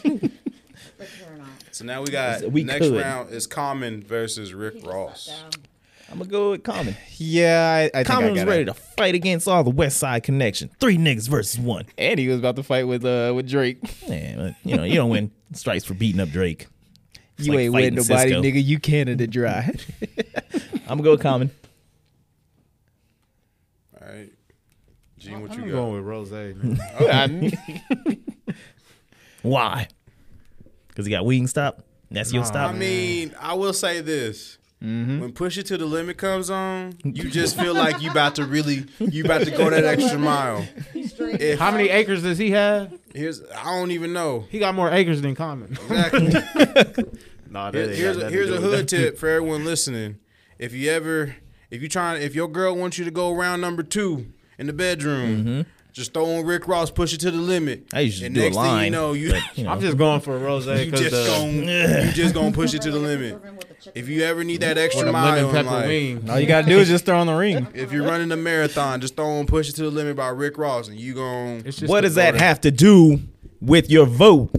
S5: But they're not.
S2: Yeah. So now we got
S4: We
S2: next
S4: could.
S2: round is Common versus
S5: He
S2: Rick
S5: just
S2: Ross.
S5: sat down.
S4: I'm gonna go with Common.
S1: yeah, I, I think I
S4: Common was
S1: gotta-
S4: ready to fight against all the West Side Connection. Three niggas versus one.
S1: And he was about to fight with uh with Drake.
S4: Man, but, you know, you don't win [laughs] strikes for beating up Drake.
S1: you
S4: like
S1: ain't with
S4: fighting
S1: nobody,
S4: Cisco.
S1: nigga. You Canada [laughs] dry.
S4: I'm gonna go with Common.
S2: All right. Gene, what
S3: I'm
S2: you got?
S3: going with Rose, eh, man.
S1: Oh, I-
S4: Why? Because he got Wingstop. That's your
S2: I
S4: stop.
S2: mean, I will say this.
S4: Mm-hmm.
S2: When Push It to the Limit comes on,
S4: [laughs]
S2: you just feel like you about to really you about to go that extra mile. If,
S3: How many acres does he have?
S2: Here's I don't even
S4: [laughs]
S2: know.
S3: He got more acres than [laughs] Common.
S2: Exactly.
S7: Nah, that ain't
S2: Here- here's
S7: got
S2: a,
S7: nothing
S2: here's
S7: to
S2: a
S7: do with
S2: hood tip for everyone listening. If you ever, if you trying, if your girl wants you to go round number two in the bedroom, just throw on Rick Ross, push it to the limit.
S4: Mm-hmm. I used to
S2: and
S4: do a
S2: next thing you
S4: line, uh,
S2: know, you
S4: You know,
S3: I'm just going for a rose
S2: [laughs]
S3: eh,
S2: you
S3: because
S2: just
S3: the,
S4: [laughs]
S2: gonna you just gonna push it to the limit. If you ever need that extra
S3: the
S2: mile
S3: lemon
S2: in
S3: pepper
S2: life,
S1: [laughs]
S3: wing.
S1: All you gotta do is just throw on the ring.
S2: if you're running a marathon, just throw on push it to the limit by Rick Ross, and you going,
S3: It's just
S4: what
S3: the
S4: does that
S3: butter.
S4: have to do with your vote?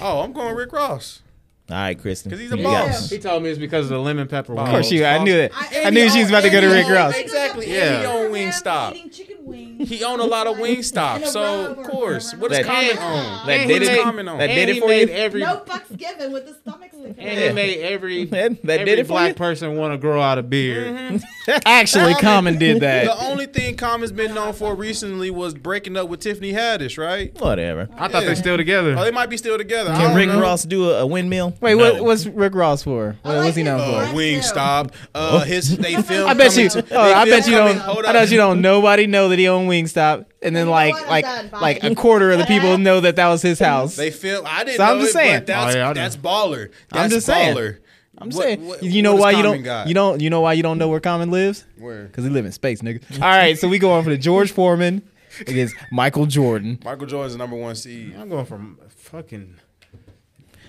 S4: All
S2: oh, I'm going Rick Ross.
S4: right, Kristen.
S2: 'Cause he's a
S4: you got
S2: boss.
S4: it.
S3: He told me it's because of the lemon pepper.
S1: Of course, she. I knew that. I,
S2: and
S1: knew
S2: he
S1: she was about to go to
S2: owned-
S1: Rick Ross.
S2: Exactly.
S3: Yeah.
S2: And he own Wingstop.
S5: Eating chicken wings.
S2: He own a lot
S5: [laughs]
S2: of
S5: And
S2: Wingstop,
S5: a
S2: so
S5: rubber.
S2: of course, what is
S4: That-
S2: Common on?
S4: That
S3: And
S4: did
S3: he
S4: it.
S2: made-
S4: That
S2: and
S4: did
S3: he
S4: it for
S3: made
S4: you.
S3: every
S5: No fucks given with the stomach slicker.
S3: and he made every
S4: That- that
S3: every
S4: did it for
S3: black
S4: you?
S3: person want to grow out a beard.
S1: Actually, Common did
S2: The
S1: that.
S2: only thing Common's been known for recently was breaking up with Tiffany Haddish, right?
S4: [laughs] Whatever.
S3: I thought they still together.
S2: Oh, they might be still together. I
S4: Can
S2: don't
S4: Rick
S2: know.
S4: Ross do a, a windmill?
S1: Wait,
S4: No.
S1: what, what's Rick Ross for? What,
S5: like
S1: what's he
S5: his
S1: known
S2: Uh,
S5: voice.
S1: for?
S2: Wingstop. Uh, his
S1: [laughs]
S2: they filmed.
S1: I bet you.
S2: Coming to-
S1: oh,
S2: they
S1: I bet
S2: filmed
S1: you
S2: Coming-
S1: don't.
S2: hold
S1: I
S2: on.
S1: bet you don't. Nobody know that he owned Wingstop, and then
S5: You know
S1: like
S5: what? I'm
S1: like
S5: done. Bye.
S1: like a quarter of the people know that that was his house.
S2: They filmed. I didn't.
S1: So
S2: know
S1: I'm just
S2: it, but
S1: saying.
S2: that's,
S3: Oh, yeah, I know.
S2: that's baller. That's
S1: I'm just saying.
S2: baller.
S1: I'm
S2: What-
S1: saying,
S2: what-
S1: you know
S2: what
S1: why
S2: does
S1: you
S2: Common
S1: don't,
S2: got?
S1: you don't, you know why you don't know where Common lives?
S2: Where?
S1: Cause he live in space,
S2: [laughs]
S1: nigga. All right, so we going for the George Foreman against Michael Jordan.
S2: Michael Jordan's the number one CE.
S3: I'm going for m- fucking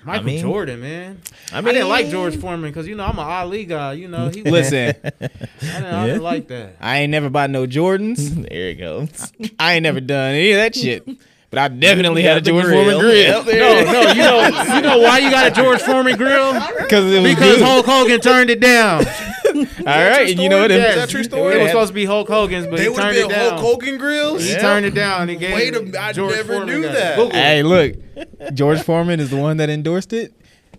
S3: Michael
S4: mean-
S3: Jordan, man. I,
S4: mean-
S3: didn't like George Foreman because you know I'm an Ali guy. You know he.
S2: [laughs]
S1: Listen,
S3: I didn't, I didn't like that.
S1: I ain't never bought no Jordans.
S4: [laughs] There it goes.
S1: I ain't never done any of that shit. But I definitely had a
S4: the
S1: George
S4: grill.
S1: Foreman grill.
S4: Yep, there
S1: no, no,
S3: You know, you know why you got a George Foreman grill?
S1: because it was
S3: Because
S1: good.
S3: Hulk Hogan turned it down.
S1: All right, and you know what?
S2: Is that
S1: It,
S2: true
S3: It
S2: story?
S3: was supposed to be Hulk Hogan's, but
S2: They
S3: he
S2: would have
S3: turned it
S2: been
S3: down.
S2: Hulk Hogan grills.
S3: He turned it down and he gave
S2: Wait a
S3: it
S2: minute, I
S3: George
S2: never
S3: Foreman
S2: knew
S3: guy.
S2: that.
S3: Google.
S1: hey, look, George Foreman is the one that endorsed it,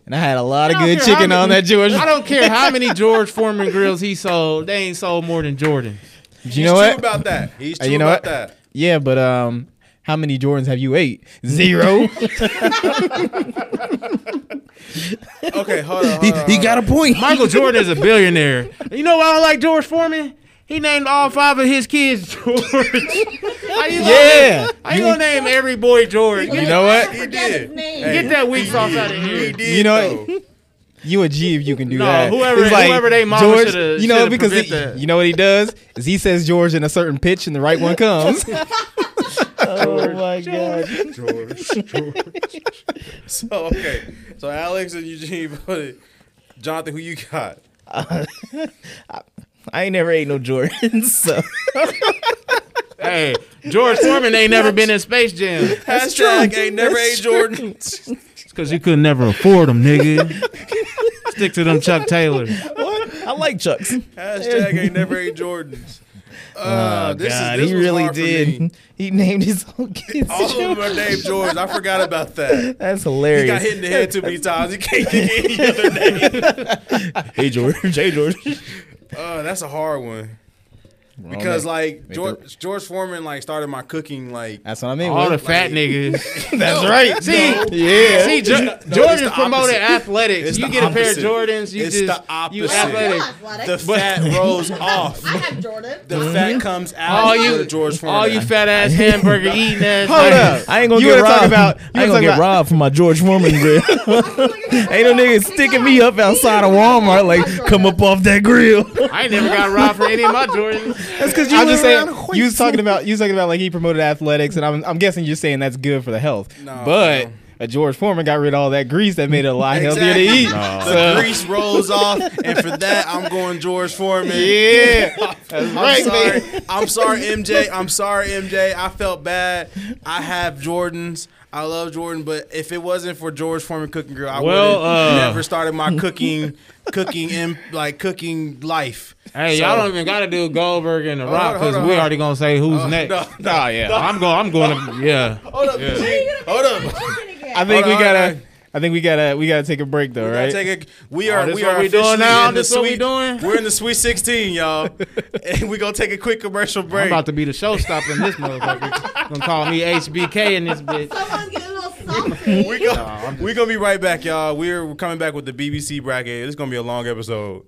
S1: and I had a lot of
S3: I don't
S1: good
S3: care how
S1: chicken on
S3: many-
S1: that George.
S3: I don't care how many George Foreman grills he sold. They ain't sold more than Jordan.
S1: You know
S2: He's
S1: what?
S2: true about that. He's
S1: Uh,
S2: true
S1: you know
S2: about
S1: what?
S2: that.
S1: Yeah, but um, how many Jordans have you ate? Zero.
S3: [laughs]
S1: [laughs]
S2: Okay, hold on. Hold on, hold on.
S4: a point.
S3: Michael Jordan is a billionaire. You know why I don't like George Foreman? He named all five of his kids George. How you gonna-
S1: yeah.
S3: how you gonna name every boy George?
S1: You know what?
S2: He
S5: Forget his
S2: did.
S5: name.
S2: Hey,
S3: Get that weak sauce out of
S2: He
S3: here.
S2: did.
S1: You know
S2: though.
S1: what? You a G if you can do
S3: No,
S1: that.
S3: whoever-
S1: It's
S3: whoever they mama
S1: George,
S3: shoulda-
S1: you know
S3: shoulda
S1: because
S3: prevent
S1: he-
S3: that.
S1: you know what he does is he says George in a certain pitch and the right one comes.
S4: Oh my god.
S2: So okay, so Alex and Eugene voted. Jonathan, who you got?
S4: I ain't never ate no Jordans. [laughs] So.
S3: Hey, George Foreman ain't never been in Space Jam.
S2: That's Hashtag ain't never ate Jordan.
S3: It's because you could never afford them, nigga. Stick to them Chuck Taylor.
S4: What? I like Chucks.
S2: Hashtag ain't never ate Jordans. Uh, this is,
S4: God,
S2: this
S4: he
S2: was
S4: really
S2: hard for me.
S4: did. [laughs] He named his own kids.
S2: All of them are named Jordans. I forgot about that. He
S4: That's
S2: got
S4: hilarious.
S2: hit in the head too many times. He can't get any other name.
S4: Hey George. Hey George.
S2: Uh, that's a hard one. Because like George, George Foreman like started my cooking like
S4: [laughs]
S1: That's what I mean.
S3: All the
S1: What-
S3: fat niggas.
S2: [laughs]
S4: That's right.
S3: See,
S1: yeah.
S3: see, Jo-
S2: the
S3: Jordan's promoted
S2: opposite.
S3: athletics.
S2: It's
S3: you
S2: the
S3: get
S2: opposite.
S3: a pair of Jordans, you
S2: It's
S3: just
S2: the
S3: you
S2: opposite.
S3: athletic.
S5: athletic.
S2: the fat rolls off.
S5: I have Jordan.
S2: The
S5: Mm-hmm.
S2: fat comes out
S3: All
S2: of
S3: you,
S2: George Foreman.
S3: all you
S2: [laughs]
S3: fat ass hamburger eating ass.
S1: Hold
S3: niggas.
S1: up.
S4: [laughs] I ain't gonna
S1: You
S4: get
S1: wanna talk
S4: robbed.
S1: about- you
S4: I ain't
S1: wanna
S4: gonna
S1: talk
S4: get
S1: about-
S4: robbed for my [laughs] George Foreman grill. ain't no niggas sticking me up outside of Walmart like come up off that grill. [laughs]
S3: I ain't never got robbed for any of my Jordans.
S1: [laughs]
S4: That's because
S1: I'm just saying. You was talking about you was talking about like he promoted athletics, and I'm I'm guessing you're saying that's good for the health.
S2: No,
S1: but
S2: no.
S1: a George Foreman got rid of all that grease that made it a lot healthier to eat.
S2: [laughs] The grease rolls off, and for that, I'm going George
S3: [laughs]
S2: Foreman.
S1: Yeah, that's
S2: I'm
S1: right,
S2: sorry.
S1: baby.
S2: I'm sorry, MJ. I'm sorry, MJ. I felt bad. I have Jordans. I love Jordan, but if it wasn't for George Foreman cooking grill, I
S3: Well,
S2: would
S3: uh,
S2: have never started my cooking, cooking, in, like cooking life.
S3: Hey, y'all don't even gotta do Goldberg and The Rock
S2: hold
S3: because
S2: on,
S3: we
S2: hold on.
S3: already gonna say who's next.
S2: No,
S1: Oh yeah.
S3: I'm going. I'm going. To, yeah.
S2: hold [laughs] up, G. hold up.
S1: I
S2: [laughs]
S1: think
S2: Hold
S1: we
S2: on, hold
S1: gotta.
S2: on.
S1: I think we gotta. We gotta take a break though,
S2: We gotta
S1: right?
S2: take a- we are.
S3: Oh, this
S2: we
S3: what
S2: are
S3: we doing
S2: officially
S3: now?
S2: in the
S3: This what we
S2: sweet-
S3: doing?
S2: We're in the Sweet 16, y'all, [laughs] and we gonna take a quick commercial break.
S3: I'm about to be the showstopper in this motherfucker. Gonna call me HBK in this bitch.
S5: Someone's getting a little sausage.
S2: [laughs] We go, we gonna be right back, y'all. We're coming back with the BBC bracket. It's gonna be a long episode.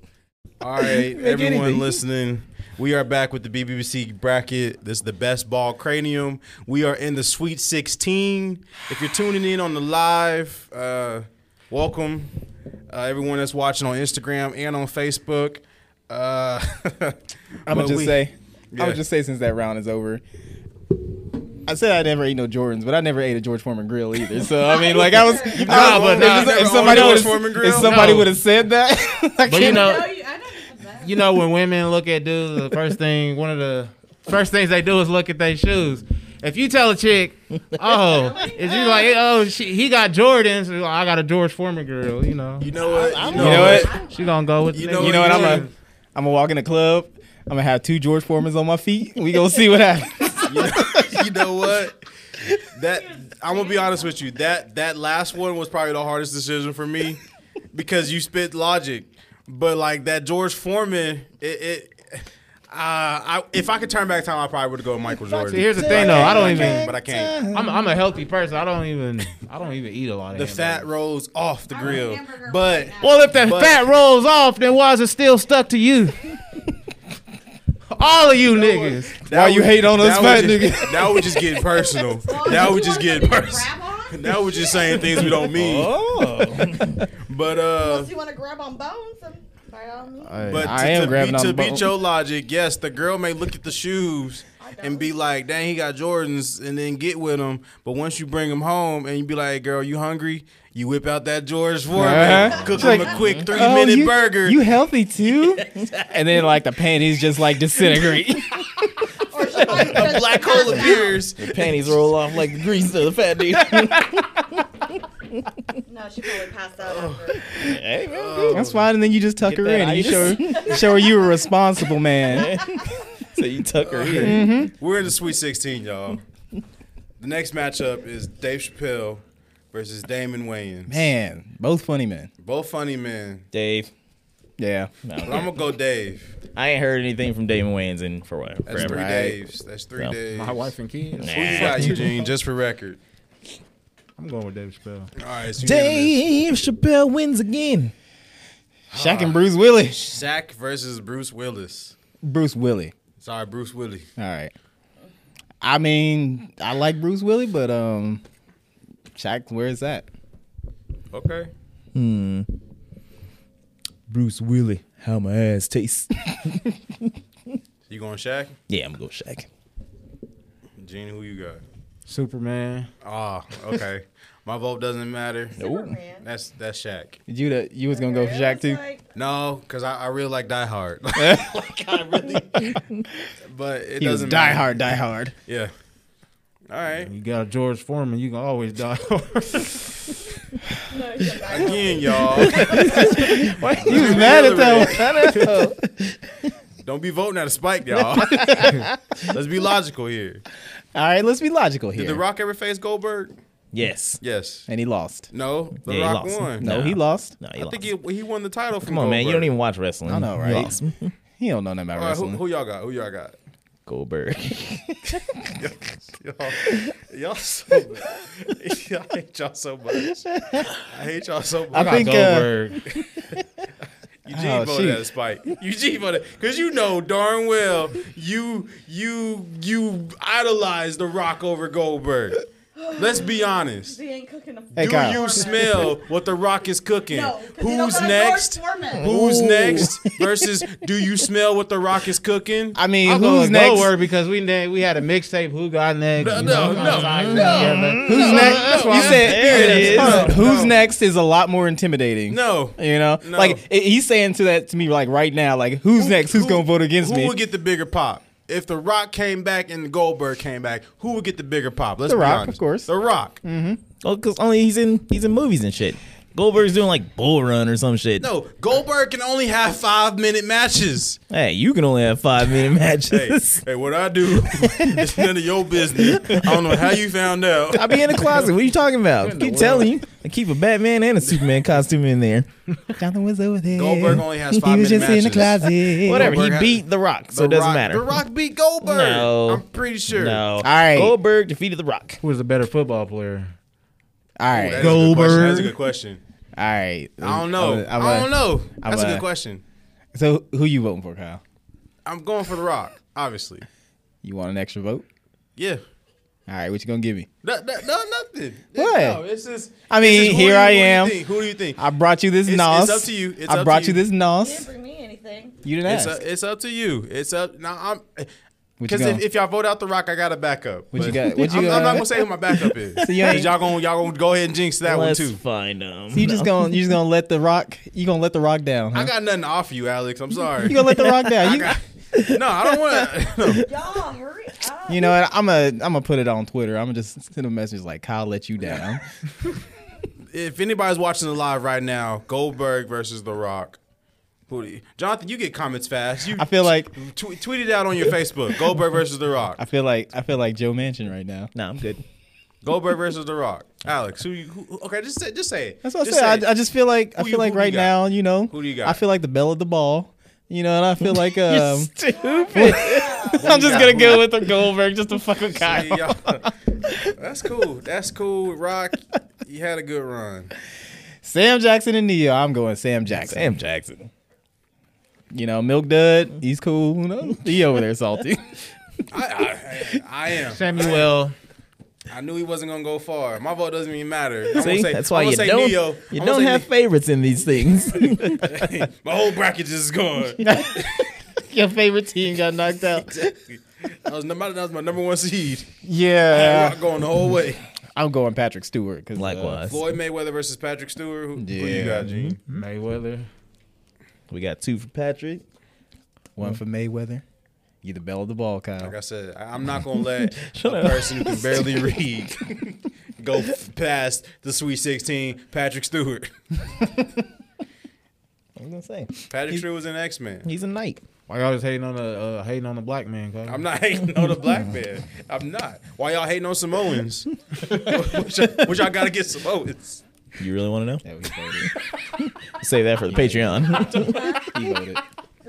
S2: All right, everyone listening, we are back with the BBC bracket. This is the best ball cranium. We are in the Sweet 16. If you're tuning in on the live, uh, welcome uh, everyone that's watching on Instagram and on Facebook. Uh, [laughs]
S1: I'm gonna
S2: but
S1: just
S2: we-
S1: say, I'm
S2: Yeah.
S1: gonna just say since that round is over. I said I never ate no Jordans, but I never ate a George Foreman grill either. So I mean, like I
S2: [laughs]
S1: was, I
S3: Nah,
S1: was-
S3: but nah,
S1: if,
S2: never
S1: if
S2: owned
S1: somebody
S2: a George
S1: would
S2: Foreman
S1: have,
S2: grill?
S1: if somebody
S3: No.
S1: would have said that, [laughs] I
S3: But you
S1: can't-
S5: No,
S3: know,
S5: you, I don't know that.
S3: you know when women look at dudes, the first thing, one of the first things they do is look at their shoes. If you tell a chick, oh, if you like, oh, she, he got Jordans, you're like, I got a George Foreman girl, you know,
S2: You know what? You
S1: you know what?
S3: she gonna go with.
S2: You
S3: the
S2: know
S3: nigga.
S1: You know what? I'm gonna, I'm gonna walk in the club. I'm gonna have two George Foremans on my feet. We gonna see what happens.
S2: you know, you know what? That I'm gonna be honest with you. That that last one was probably the hardest decision for me because you spit logic, but like that George Foreman, it. it uh, I, if I could turn back time, I probably would go with Michael Jordan.
S3: See, here's the thing, though. I don't even.
S2: but I can't.
S3: I'm, I'm a healthy person. I don't even. I don't even eat a lot of
S2: The fat
S3: hamburgers.
S2: rolls off the
S5: I want a
S2: grill,
S5: hamburger
S2: but
S5: right now.
S3: Well, if that
S2: But-
S3: fat rolls off, then why is it still stuck to you? All of you niggas.
S1: Why you hate on us,
S2: that was
S1: fat
S2: just-
S1: nigga?
S2: [laughs] That was just getting personal. That
S5: Oh, you
S2: was just
S5: want
S2: getting
S5: something
S2: [laughs]
S5: to
S2: personal.
S5: grab on?
S2: That was just saying things we don't mean.
S1: Oh,
S2: [laughs] But uh,
S5: Unless you want to grab on bones, then by all means.
S2: [laughs] But
S1: I
S2: to,
S1: am
S2: to
S1: grabbing
S2: beat,
S1: on
S2: to
S1: the bone.
S2: beat your logic, yes, the girl may look at the shoes and be like, "Dang, he got Jordans," and then get with him. But once you bring him home and you be like, "Girl, you hungry?" You whip out that George Foreman,
S1: Uh-huh.
S2: cook
S1: She's
S2: him
S1: like,
S2: a quick three
S1: Oh,
S2: minute
S1: you-
S2: burger.
S1: You healthy
S2: [laughs]
S1: too? [laughs] and then like the panties just like disintegrate.
S5: Or she might just
S2: Black hole appears.
S4: Panties roll off like the grease of the fat [laughs] dude.
S5: No, she probably passed out. after.
S4: hey, man.
S1: That's fine. And then you just tuck
S4: Get
S1: her
S4: that
S1: in. And you show
S4: itis.
S1: her, show her you a responsible
S2: [laughs]
S1: man.
S4: So you tuck her in.
S2: We're in the Sweet 16, y'all. The next matchup is Dave Chappelle versus Damon Wayans.
S1: Man, both funny men.
S2: Both funny men,
S4: Dave.
S1: Yeah.
S2: but I'm gonna go Dave.
S4: I ain't heard anything from Damon Wayans in for what,
S2: That's
S4: forever.
S2: three
S1: Right.
S2: Daves. That's three
S4: No.
S2: Daves.
S3: My wife and kids.
S2: Who you got, Eugene? Just for record.
S3: I'm going with David Chappelle.
S2: All right, it's unanimous.
S4: Dave Chappelle wins again.
S1: Shaq and Bruce Willis.
S2: Shaq versus Bruce Willis.
S1: Bruce Willie.
S2: Sorry, Bruce Willie.
S1: All right. I mean, I like Bruce Willie, but um, Shaq, where is that?
S2: Okay.
S4: Bruce Willie. How my ass
S1: [laughs]
S4: tastes.
S2: You going Shaq?
S4: yeah, I'm going to go Shaq.
S2: Gene, who you got?
S3: Superman.
S2: Ah, okay. My vote doesn't matter.
S5: Superman.
S2: That's that's Shaq.
S1: You the, you was gonna go for
S5: It
S1: Shaq
S5: was
S1: too.
S5: like-
S2: No, because I, I really like
S1: [laughs]
S2: Die Hard. [laughs] like I really But it
S1: He was
S2: doesn't
S1: die
S2: matter.
S1: hard, die hard.
S2: Yeah. All right.
S3: You got George Foreman. You can always die. [laughs]
S5: No, she said, I-
S2: Again,
S4: [laughs]
S2: y'all.
S1: He was mad at that. one. I know.
S2: [laughs] Don't be voting at a spike, y'all. [laughs] Let's be logical here.
S1: All right, let's be logical
S2: Did The
S1: here.
S2: Rock ever face Goldberg?
S4: Yes.
S2: Yes.
S1: and he lost.
S2: No. The
S4: Yeah, he
S2: Rock
S4: lost.
S2: won.
S1: No,
S4: Nah.
S1: he lost.
S4: No,
S2: I
S4: you
S2: think
S4: lost.
S2: he, he won the title from
S4: Come on, man. You don't
S2: Goldberg.
S4: even watch wrestling.
S1: I know,
S4: You
S1: right?
S4: lost.
S1: He don't know nothing about
S2: All right, who,
S1: wrestling.
S2: who y'all got? Who y'all got? [laughs]
S4: Goldberg.
S1: [laughs]
S2: Y'all, y'all so bad. [laughs] y'all hate y'all so much. I hate y'all so much.
S1: I think uh,
S3: Goldberg.
S2: Eugene
S1: oh,
S2: voted
S1: shoot.
S2: at a spike. Eugene voted because you know darn well you you you idolize The Rock over Goldberg. Let's be honest.
S5: She ain't cooking a
S1: Hey,
S2: Do
S1: Kyle.
S2: you smell what The Rock is cooking?
S5: No, 'cause you don't
S2: Who's
S5: got a
S2: next?
S5: George Foreman.
S2: Who's next? Versus, do you smell what The Rock is cooking?
S1: I mean,
S3: I'm going
S1: who's
S3: with
S1: next?
S3: Goldberg because we na- we had a mixtape. Who got next?
S2: No,
S3: You
S2: no,
S3: know,
S2: no,
S3: outside
S2: no,
S3: together.
S1: Who's next?
S2: no,
S1: you
S2: no.
S1: said
S4: There it
S1: Hold on.
S4: is.
S1: who's next is a lot more intimidating.
S2: no.
S1: You know,
S2: No.
S1: like i- he's saying to that to me like right now, like who's next? Who's
S2: who-
S1: gonna vote against
S2: who
S1: me?
S2: would get the bigger pop? If The Rock came back and Goldberg came back, who would get the bigger pop? Let's
S1: The
S2: be
S1: Rock,
S2: honest.
S1: of course. Mm.
S2: The Rock.
S4: Oh, because only he's in he's in movies and shit. Goldberg's doing like Bull Run or some shit.
S2: No, Goldberg can only have five minute matches.
S4: Hey, you can only have
S2: [laughs]
S4: five minute
S1: [laughs]
S2: Hey,
S4: matches.
S2: hey, what I do [laughs] is none of your business. I don't know how you
S1: [laughs]
S2: found out.
S4: I be in the closet. What are you talking about? Keep telling you. I keep a Batman and a Superman costume in there.
S1: [laughs] Jonathan was over there.
S2: Goldberg only has five
S1: he was
S2: minute
S1: just in the
S2: matches.
S1: closet.
S4: Whatever.
S2: Goldberg
S4: he
S2: had-
S4: beat The Rock, so
S2: The
S4: it doesn't
S2: Rock-
S4: matter.
S2: The Rock beat Goldberg.
S4: No.
S2: I'm pretty sure.
S4: No. All
S1: right.
S4: Goldberg defeated The Rock.
S3: Who was the better football player?
S1: All
S2: That is
S1: right.
S2: a good question. That's a
S3: Goldberg.
S2: good question.
S1: All right.
S2: I don't know.
S1: I'm a-
S2: I,
S1: I'm a-
S2: don't know.
S1: I'm
S2: That's a
S1: a-
S2: good question.
S1: So who you voting for, Kyle?
S2: I'm going for The Rock, obviously.
S1: You want an extra vote?
S2: Yeah.
S1: All right, what you gonna give me?
S2: No, no, no, nothing.
S1: What?
S2: No, it's just.
S1: I
S2: it's
S1: mean,
S2: just who
S1: here
S2: do you-
S1: I
S2: who do you
S1: am.
S2: think? Who do you think?
S1: I brought you this
S2: It's-
S1: nos.
S2: it's up to you. It's
S1: I
S2: up
S1: brought you
S2: to you.
S1: this
S5: You didn't
S1: nos.
S5: bring me anything.
S1: You didn't
S2: It's,
S1: ask.
S2: up, it's up to you. It's up. Now I'm.
S1: What you
S2: Because if,
S1: gonna-
S2: if y'all vote out The Rock, I got a backup.
S1: What you
S2: But [laughs]
S1: got- what you
S2: I'm, I'm
S1: got?
S2: not gonna say who my backup is.
S1: [laughs] So you ain't-
S2: 'Cause y'all gonna y'all gonna go ahead and jinx that
S4: Let's
S2: one too.
S4: find [laughs] them.
S1: you just gonna you just gonna let the rock you gonna let the rock down? Huh?
S2: I got nothing to offer you, Alex. I'm
S1: you
S2: sorry.
S1: gonna let the rock down?
S2: [laughs] I
S1: You,
S2: got, no, I don't [laughs] want to.
S5: Y'all, hurry up.
S1: you know what? I'm a I'm gonna put it on Twitter. I'm gonna just send a message like Kyle let you
S2: [laughs]
S1: down.
S2: If anybody's watching the live right now, Goldberg versus The Rock. Who do you, Jonathan, you get comments fast. You
S1: I feel like
S2: tw- tweet it out on your Facebook. Goldberg versus The Rock.
S1: [laughs] I feel like I feel like Joe Manchin right now.
S4: No, I'm good.
S2: Goldberg versus The Rock. Alex, who? You, who okay, just say, just say it.
S1: That's what
S2: Just
S1: I
S2: say
S1: said.
S2: it.
S1: I, I just feel like I
S2: Who
S1: feel
S2: you-
S1: like
S2: who
S1: right
S2: you got?
S1: now, you know,
S2: Who do you got?
S1: I feel like the belle of the ball. You know, and I feel
S2: [laughs]
S1: like um,
S4: [laughs] Stupid.
S1: I'm just gonna go with the Goldberg just to fuck with
S2: Hey,
S4: [laughs]
S2: y'all. [laughs] That's cool. That's cool.
S1: [laughs]
S2: Rock, you had a good run.
S1: Sam Jackson and Neo. I'm going Sam Jackson.
S4: Sam Jackson.
S1: You know, Milk Dud. He's cool. Who knows? He over there
S4: [laughs]
S1: salty.
S2: I, I, I am.
S3: Samuel.
S2: I knew he wasn't gonna go far. My vote doesn't even matter. I'm gonna
S4: See,
S2: say,
S4: that's why
S2: I'm gonna
S4: you
S2: say
S4: don't.
S2: Neo.
S4: You
S2: I'm gonna
S4: don't
S2: say
S4: have favorites in these things.
S2: My whole bracket just is
S4: [laughs]
S2: gone.
S1: Your favorite team got knocked out.
S2: that, was number, that was my number one seed.
S1: Yeah,
S2: Rock going the whole way.
S1: [laughs] I'm going Patrick Stewart. 'cause, uh,
S4: Likewise,
S2: Floyd Mayweather versus Patrick Stewart. Who, who
S1: Yeah.
S2: you got, Gene?
S3: Mayweather.
S4: [laughs] we got two for Patrick.
S1: one for Mayweather. You the belle of the ball, Kyle.
S2: Like I said, I- I'm not gonna
S4: [laughs]
S2: let a person who can barely read [laughs] go f- past the Sweet 16. Patrick Stewart. [laughs]
S4: I was gonna say
S2: Patrick Stewart was an X Man.
S4: he's a knight.
S3: Why y'all just hating on the uh, hating on the black man? Cause
S2: I'm not [laughs] hating on the black man. I'm not. Why y'all hating
S1: [laughs]
S2: on Samoans? what, y'all, what y'all gotta get Samoans?
S4: You really want to know?
S1: Yeah, he voted.
S4: [laughs] Save that for the [laughs] Patreon.
S1: He voted.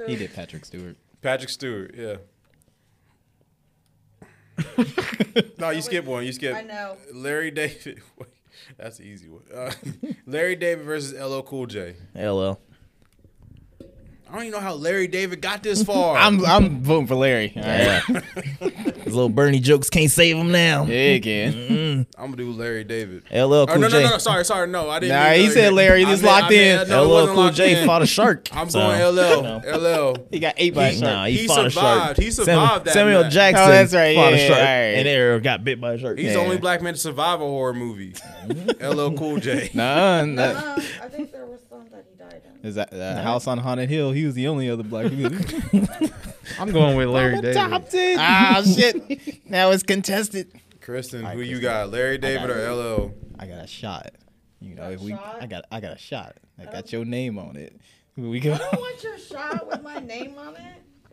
S1: He did Patrick Stewart.
S2: Patrick Stewart,
S1: [laughs]
S2: yeah. no, you skip one. You skip.
S5: I know.
S2: Larry David. [laughs] Wait, that's the easy one. Uh, [laughs] Larry David versus LL Cool J.
S4: LL.
S2: I don't even know how Larry David got
S1: [laughs]
S2: this far.
S1: I'm I'm voting for Larry. All right.
S4: Yeah. [laughs] These little Bernie jokes can't save him now.
S1: Yeah,
S2: [laughs]
S1: again.
S2: I'm gonna do Larry David.
S4: LL
S2: Oh,
S4: Cool
S2: no, no,
S4: J.
S2: no, no, sorry, sorry, no, I didn't.
S1: Nah,
S2: mean
S1: he said Larry,
S2: I
S1: this
S2: meant- I
S1: locked
S2: meant-
S1: in.
S2: no, it wasn't
S4: LL Cool
S2: locked
S4: J
S2: in.
S4: fought a shark.
S2: I'm
S4: so-
S1: [laughs]
S2: going
S4: No.
S2: LL. LL.
S1: He got eight by a
S4: He-
S1: shark.
S4: Nah, he,
S2: He
S4: fought
S2: survived.
S4: a shark.
S2: He
S4: Samuel-
S2: survived that
S4: Samuel
S2: night.
S4: Jackson.
S1: Oh, that's right.
S4: Fought
S1: Yeah,
S4: a shark
S1: all right.
S4: and Arrow got bit by a shark.
S2: He's
S4: Yeah.
S2: the
S4: [laughs]
S2: only black man to survive a horror movie. LL Cool J.
S1: [laughs] Nah, nah.
S5: Um, I think there was some that he died
S1: [laughs]
S5: in.
S1: Uh, Is that uh, House on Haunted Hill? He was the only other black [laughs] dude.
S3: I'm going with Larry David.
S1: Adopted. ah, shit. Now it's contested.
S2: Kristen,
S1: right,
S2: who you
S1: Kristen.
S2: got? Larry David or LL?
S1: I got a shot. You know,
S5: Got a
S1: if we,
S5: shot?
S1: I got, I got a shot. I got
S5: don't-
S1: your name on it. We go.
S5: I don't want your shot with my name on it.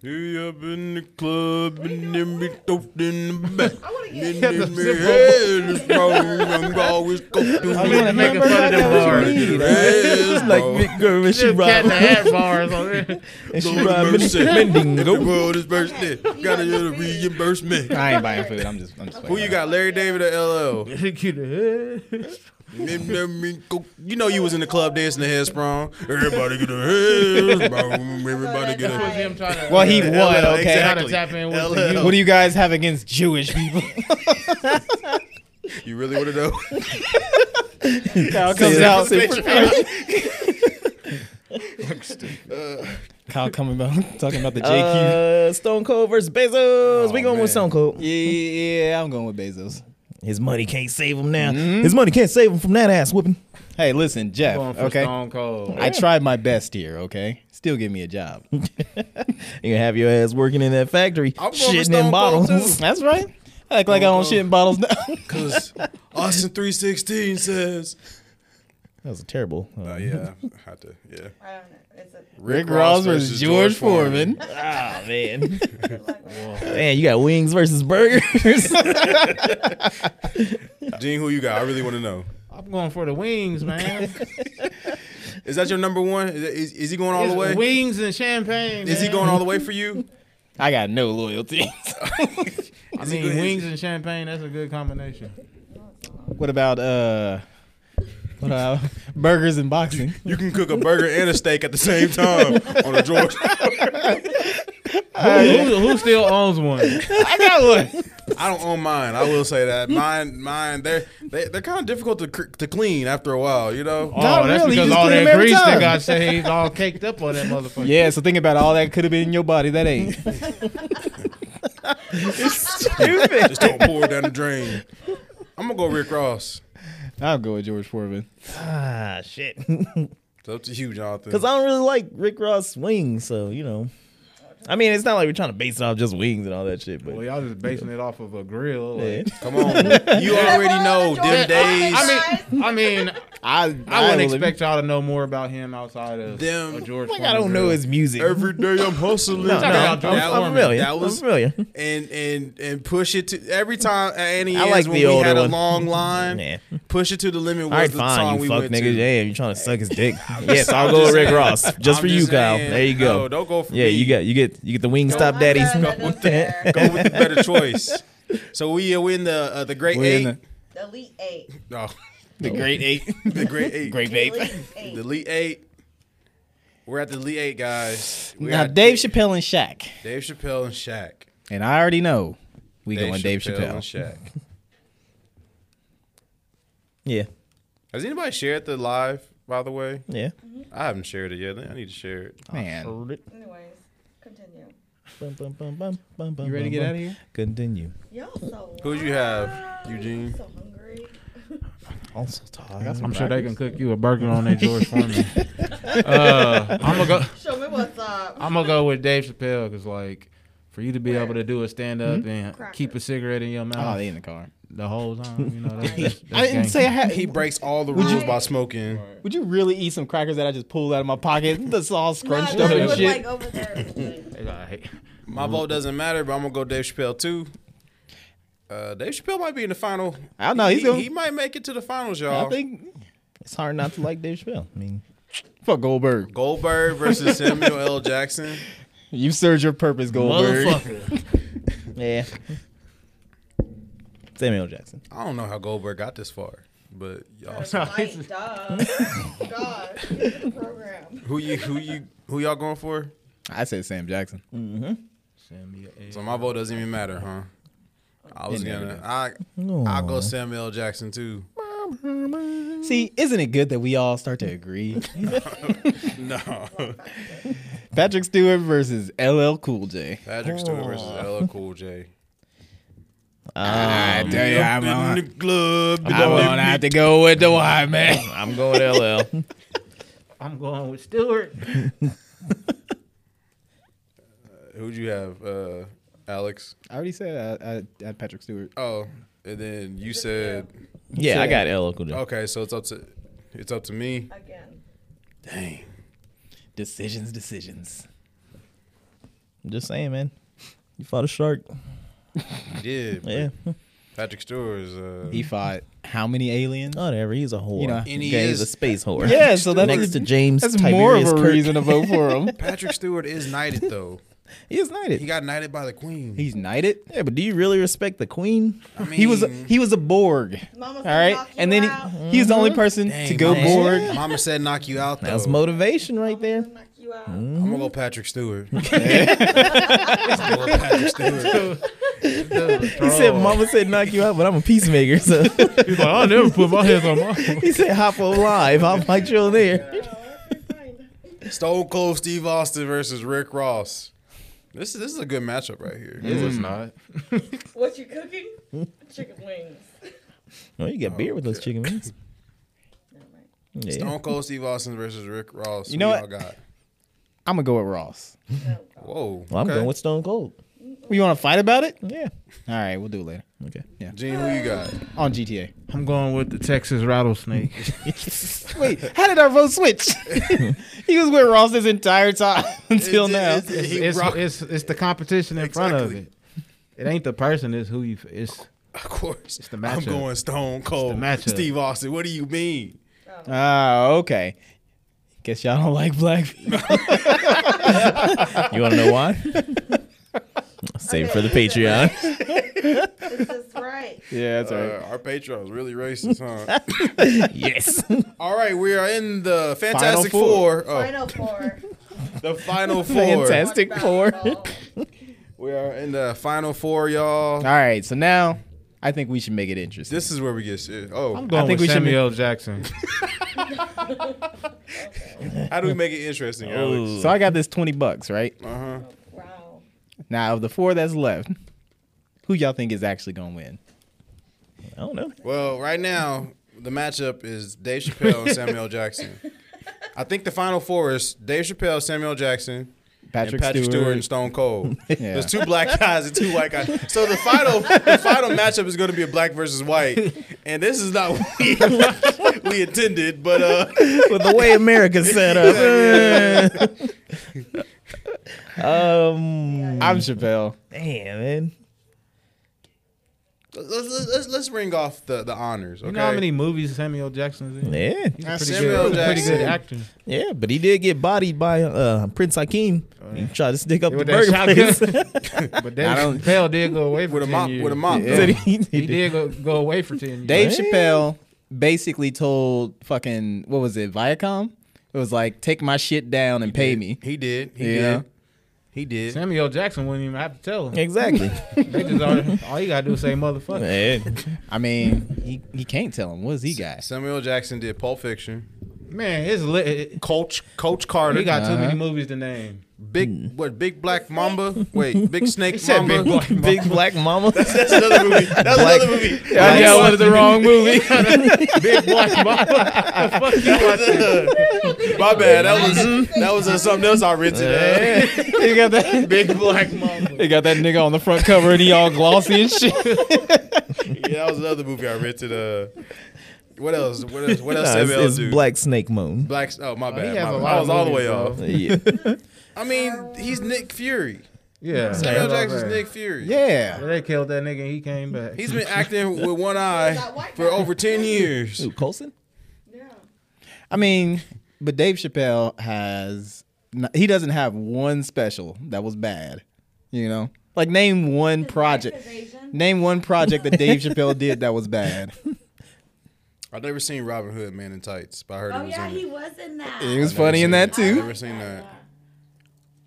S2: He up in the club
S5: What are you
S2: and then
S5: doing?
S2: be toasted in the back.
S5: I want to
S2: And
S5: get.
S2: then me head is brown and always go
S3: [laughs]
S2: through
S3: I'm
S2: the
S3: gonna make a fun of them bars. [laughs]
S2: grass,
S4: like
S2: bro.
S4: Mick Gervin, she
S3: Just cat in the
S4: robbed
S3: hat bars on
S2: [laughs]
S3: there.
S4: and she
S2: Lord
S4: robbed
S2: mercy.
S4: Mending.
S2: If the world is bursting,
S5: [laughs] You
S2: gotta
S5: got
S2: get a
S5: the beat.
S2: reimbursement.
S1: I ain't buying food. I'm just, I'm just.
S2: Who you got, Larry David or LL?
S3: Cute as hell.
S2: And then me go- You know you was in the club dancing the head sprung. Everybody get a head sprung. Everybody get
S5: That was
S2: a
S5: him.
S3: I'm trying to-
S1: Well, he
S2: Yeah,
S1: won.
S2: LL,
S1: okay.
S2: exactly.
S3: Trying to tap in with
S2: LL.
S3: the youth.
S1: What do you guys have against Jewish [laughs] people?
S2: You really want to [laughs] know?
S1: Kyle comes out. [laughs] Kyle coming about talking about the JQ.
S4: Uh, Stone Cold versus Bezos.
S1: Oh,
S4: we going
S2: man.
S4: with Stone Cold.
S1: yeah, yeah, I'm going with Bezos.
S4: His money can't save him now.
S1: Mm-hmm.
S4: His money can't save him from that ass whooping.
S1: Hey, listen, Jeff.
S3: Going for
S1: Okay,
S3: Stone Cold.
S1: I tried my best here. Okay, still give me a [laughs] job.
S4: You gonna have your ass working in that factory,
S2: I'm going with
S4: shitting
S2: Stone
S4: in
S2: Cold,
S4: bottles. [laughs]
S2: too.
S1: That's right. I act like I don't shit in bottles now.
S2: Because Austin 316 says.
S4: That was a terrible. uh,
S2: Oh, yeah. I had to, yeah.
S5: I don't know. It's a,
S1: Rick Ross versus George Foreman.
S4: Ah man, [laughs]
S5: like,
S4: man, you got wings versus
S2: [laughs]
S4: burgers. [laughs]
S2: Gene, who you got? I really want to know.
S3: I'm going for the wings, man.
S2: Is that your number one? Is, is, is he going all the
S3: It's
S2: way?
S3: Wings and champagne.
S2: Is he
S3: man.
S2: going all the way for you?
S1: I got no loyalty.
S3: I
S2: Is he
S3: mean,
S2: good?
S3: wings and champagne. That's a good combination.
S1: what about uh But, [laughs] uh, burgers and boxing.
S2: You can cook a burger and a steak at the same time on a George.
S3: Who, who, who still owns one?
S1: [laughs] I got one.
S2: I don't own mine. I will say that mine, mine, they're they, they're kind of difficult to cr- to clean after a while. You know,
S1: [laughs] Not
S3: oh, that's
S1: really, you
S3: because
S1: just
S3: all
S1: get 'em
S3: that
S1: every
S3: grease
S1: time.
S3: that got saved, all caked up on that motherfucker.
S1: Yeah, so think about all that could have been in your body. That ain't.
S4: Stupid.
S2: just don't pour it down the drain. I'm gonna go Rick Ross.
S1: I'll go with George Foreman.
S4: ah, shit.
S2: It's up to you, Jonathan.
S4: Because I don't really like Rick Ross wings, so you know. I mean, it's not like we're trying to base it off just wings and all that shit, but
S3: Well, y'all just basing it off of a grill. Like,
S4: yeah.
S2: Come on,
S4: [laughs]
S2: you already know them days.
S1: [laughs]
S3: I mean, I mean,
S1: I
S3: I
S1: will-
S3: wouldn't expect y'all to know more about him outside of
S2: Them-
S3: a George.
S4: like I
S3: Foreman
S4: don't know
S3: grill.
S4: his music.
S2: Every day I'm hustling.
S4: no, no,
S3: Talking about
S4: I'm,
S3: George
S4: I'm
S2: Foreman.
S4: familiar.
S2: That was-
S4: I'm
S2: [laughs]
S4: familiar.
S2: and and and push it to every time at Annie
S4: I
S2: Ann's
S4: like
S2: when we
S4: the older
S2: had a
S4: one.
S2: long line.
S4: Yeah.
S2: Push it to the limit was
S4: All right,
S2: the song
S4: fine, you
S2: we
S4: fuck
S2: went
S4: nigga.
S2: to.
S4: Yeah, you trying to
S2: [laughs]
S4: suck his dick. yes, I'll go
S2: just
S4: with Rick
S2: saying.
S4: Ross just
S2: I'm
S4: for you,
S2: just
S4: Kyle.
S2: saying,
S4: There you go.
S2: No, don't go for
S4: yeah,
S2: me.
S4: you got you get you get the wing stop
S5: my
S4: daddies.
S5: God, that doesn't matter.
S2: go with the
S4: [laughs]
S2: better choice. So we are in the uh, the great
S1: We're in
S2: eight.
S5: The Elite Eight.
S2: no,
S1: the great [laughs] eight.
S2: [laughs] the great eight.
S1: Great
S5: The
S1: eight.
S5: Elite Eight.
S2: The elite eight. We're at the elite eight, guys. We
S1: Now
S2: got
S1: Dave Chappelle and Shaq.
S2: Dave Chappelle and Shaq.
S1: And I already know we going Dave Chappelle.
S2: and Shaq.
S4: Yeah,
S2: Has anybody shared the live? By the way,
S4: yeah.
S2: I haven't shared it yet. I need to share it.
S1: Man,
S5: Anyways, continue.
S4: Bum, bum, bum, bum, bum, bum,
S1: you ready to get
S4: bum, bum.
S1: out of here?
S4: Continue.
S5: Y'all so
S2: Who'd you have,
S5: loud.
S2: Eugene?
S5: So hungry.
S4: Also tired.
S3: I'm sure they can cook you a burger on
S1: [laughs]
S3: that George Foreman. uh, I'm gonna go.
S5: Show me what's up.
S3: I'm gonna go with Dave Chappelle because like. For you to be
S5: Where?
S3: able to do a stand up and
S5: Cracker.
S3: keep a cigarette in your
S1: Hmm? Oh,
S3: mouth
S1: they in the car.
S3: the whole time, you know,
S1: [laughs]
S3: that's, that's
S1: I didn't
S3: gangsta.
S1: say I had.
S2: He breaks all the rules by smoking.
S1: Would you really eat some crackers that I just pulled out of my pocket? That's all scrunched
S5: no,
S1: up
S5: I
S1: and
S5: was
S1: shit.
S5: like over
S1: [laughs]
S5: there.
S3: Like,
S2: My vote doesn't matter, but I'm gonna go Dave Chappelle too. Uh, Dave Chappelle might be in the final.
S1: I don't know, he's
S2: he,
S1: gonna-
S2: he might make it to the finals, y'all.
S4: I think it's hard not to like Dave Chappelle. I mean,
S1: Fuck Goldberg.
S2: Goldberg versus Samuel L. Jackson.
S1: You served your purpose, Goldberg.
S3: Motherfucker.
S4: yeah. Samuel Jackson.
S2: I don't know how Goldberg got this far, but y'all,
S5: Light, duh. God, get the program.
S2: who you who you who y'all going for?
S1: I said Sam Jackson.
S3: Samuel
S1: [laughs]
S3: L.
S2: So my vote doesn't even matter, huh? I was
S4: It never
S2: gonna I I'll go Samuel L. Jackson too.
S1: See, isn't it good that we all start to [laughs] agree?
S2: No,
S1: Patrick Stewart versus LL Cool J.
S2: Patrick Stewart versus LL Cool [laughs] J.
S1: I tell you, I'm
S2: Up in
S1: on.
S2: the club.
S1: [laughs] I'm gonna have to go with the white man.
S4: I'm going LL.
S3: I'm going with Stewart.
S2: Who'd you have, uh, Alex?
S1: I already said I, I had uh, Patrick Stewart.
S2: Oh, and then you said
S4: yeah, I got LL Cool J.
S1: Oh,
S2: okay, so it's up to it's up to me.
S5: Again.
S2: Dang.
S1: Decisions, decisions.
S4: I'm just saying, man. You fought a shark.
S2: He did. but
S4: Yeah.
S2: Patrick Stewart is uh
S1: He fought how many aliens?
S4: Whatever. He's a whore.
S1: You know,
S2: and he
S4: Okay, he's
S2: is-
S4: a space whore.
S1: Yeah, so that's
S4: [laughs] next to James.
S1: That's
S4: Tiberius
S1: more of a
S4: Kirk.
S1: reason to vote for him.
S2: Patrick Stewart is [laughs] knighted though.
S4: He is knighted.
S2: He got knighted by the queen.
S1: He's knighted.
S4: yeah, but do you really respect the queen?
S2: I mean,
S1: He was [laughs] a, he was a Borg.
S5: Mama's
S1: All
S5: gonna
S1: right,
S5: knock you
S1: and then
S5: out.
S1: he, he's the only person
S2: Dang,
S1: to go
S2: Mama
S1: Borg.
S2: said- Mama said knock you out though.
S4: That's
S3: Oh.
S4: motivation right there.
S5: Knock you out.
S1: Hmm?
S2: I'm gonna go Patrick
S1: [laughs]
S2: Stewart. [laughs] Let's go with Patrick Stewart.
S4: He said, "Mama said knock you out, but I'm a peacemaker." [laughs] So
S3: Oh. He's like, I'll never put my
S1: [laughs]
S3: hands on my.
S4: he said, "Hop on live. I'm like chill [laughs] there."
S2: Stone Cold Steve Austin versus Rick Ross. This is this is a good matchup right here.
S3: It was not.
S5: What you cooking? Chicken wings.
S4: Oh, you got beer with those
S1: [laughs]
S4: chicken wings.
S5: Never mind.
S4: Yeah.
S2: Stone Cold Steve Austin versus Rick Ross.
S1: You know
S2: Who
S1: what?
S2: y'all got?
S1: I'm gonna go with Ross.
S5: No, God.
S2: Whoa.
S4: Well, I'm
S2: okay.
S4: going with Stone Cold.
S1: You want to fight about it?
S4: Yeah.
S1: All right, we'll do it later
S4: Okay.
S2: Gene, who you got?
S1: on GTA.
S3: I'm going with the Texas rattlesnake.
S1: [laughs] Wait, how did our vote switch? [laughs] he was with Ross this entire time [laughs] until
S2: It's-
S1: now.
S2: it's- [laughs] he
S3: it's,
S2: rock-
S3: it's it's the competition in front of
S2: Exactly.
S3: it. It ain't the person. It's who you. f- It's
S2: Of course. It's
S3: the
S2: I'm
S3: matchup.
S2: going Stone Cold.
S3: matchup.
S2: Steve Austin. What do you mean?
S1: Ah, okay. Guess y'all don't like black [laughs] people. [laughs]
S4: You want to know why? Save it for the Patreon.
S5: This
S1: [laughs]
S5: is right.
S1: Yeah, that's right.
S2: Uh, our Patreon's really racist, huh?
S4: yes.
S2: [laughs] All right, we are in the Fantastic
S1: Final
S2: Four. Oh,
S5: Final four.
S2: the Final Four.
S1: Fantastic. Stick
S5: One
S1: four.
S5: basketball.
S2: We are in the Final Four, y'all.
S1: All right, so now I think
S2: [laughs]
S1: we should make it interesting.
S2: This is where we get shit. Oh,
S3: I'm going
S1: think
S3: with
S1: we should
S3: Samuel L. Jackson.
S2: how do we make it interesting, Alex?
S1: so I got this twenty bucks, right?
S2: Uh huh.
S1: [laughs]
S5: Wow.
S1: Now of the four that's left, who y'all think is actually gonna win?
S4: I don't know.
S2: Well, right now the matchup is Dave Chappelle and Samuel L. Jackson. I think the Final Four is Dave Chappelle, Samuel L. Jackson,
S1: Patrick,
S2: and Patrick Stewart.
S1: Stewart.
S2: and Stone Cold.
S1: Yeah.
S2: There's two black guys and two white guys. So the final the final matchup is going to be a black versus white, and this is not what we, we [laughs] intended. But uh,
S4: With the way America's set
S1: [laughs]
S4: up.
S2: Mm.
S4: um,
S1: I'm Chappelle.
S4: damn, man.
S2: let's, let's, let's- let's ring off the, the honors. Okay.
S3: [laughs] You know how many movies Samuel L. Jackson's in?
S4: Yeah,
S3: He's a pretty,
S2: Samuel
S3: good, pretty
S2: Jackson.
S3: good actor.
S4: yeah, but he did get bodied by uh, Prince Hakeem. He tried to stick up the
S3: With
S4: burger
S3: that
S4: place. [laughs]
S3: shotgun. [laughs] but Dave Chappelle did go away for
S2: with a
S3: 10
S2: mop?
S3: years.
S2: With a mop? though.
S4: Said he-
S3: He
S4: he
S3: did
S4: did.
S3: go, go away for 10 years.
S1: Dave
S4: Damn.
S1: Chappelle basically told fucking what was it, Viacom? It was like, take my shit down and pay me.
S2: He did. He
S1: Yeah.
S2: did. He did.
S3: Samuel L. Jackson wouldn't even have to tell him.
S4: Exactly.
S3: They just already, all you got to do is
S1: [laughs]
S3: say motherfucker.
S4: Yeah.
S1: I mean, he, he can't tell him. What is he got?
S2: Samuel L. Jackson did Pulp Fiction.
S3: Man, it's lit.
S2: Coach Coach Carter.
S3: He got too
S1: Uh-huh.
S3: many movies to name.
S1: Hmm.
S2: Big what? Big Black Mamba? Wait, [laughs] Big Snake
S3: said
S2: Mamba.
S3: Big Black
S4: Big Black Mama.
S2: That's another movie. That's another [laughs] movie.
S1: I know it was the
S2: [laughs]
S1: wrong movie.
S3: Big Black Mamba. Fuck you.
S2: uh, My bad. That was that was uh, something else I uh. read today.
S1: you got
S2: [laughs]
S1: that big black mama. They got that nigga on the front cover and he all glossy and shit.
S2: [laughs] yeah, that was another movie I read today. What else? What else? What else?
S4: Nah, it's,
S2: Samuel L.
S4: it's
S2: do?
S4: Black Snake Moon. Uh,
S2: Black. Oh my bad.
S3: has
S2: my bad.
S3: a
S2: I
S3: lot of
S2: was all the way
S3: movies,
S1: [laughs]
S2: off.
S4: Yeah.
S2: I mean, he's Nick Fury.
S3: Yeah.
S2: Samuel L.
S3: Yeah.
S2: Jackson's Nick Fury.
S1: Yeah.
S3: They killed that nigga and he came back.
S2: He's been acting with one eye for over ten years.
S4: Who, Colson?
S5: Yeah.
S1: I mean, but Dave Chappelle has n- he doesn't have one special that was bad. You know, like name one project.
S5: Is Asian?
S1: Name one project that Dave Chappelle did that was bad.
S2: I've never seen Robin Hood Man in Tights, but I heard
S5: Oh
S2: it was
S5: yeah,
S2: in it.
S5: he was in that.
S1: It was funny in that
S2: I've
S1: too.
S2: never seen that.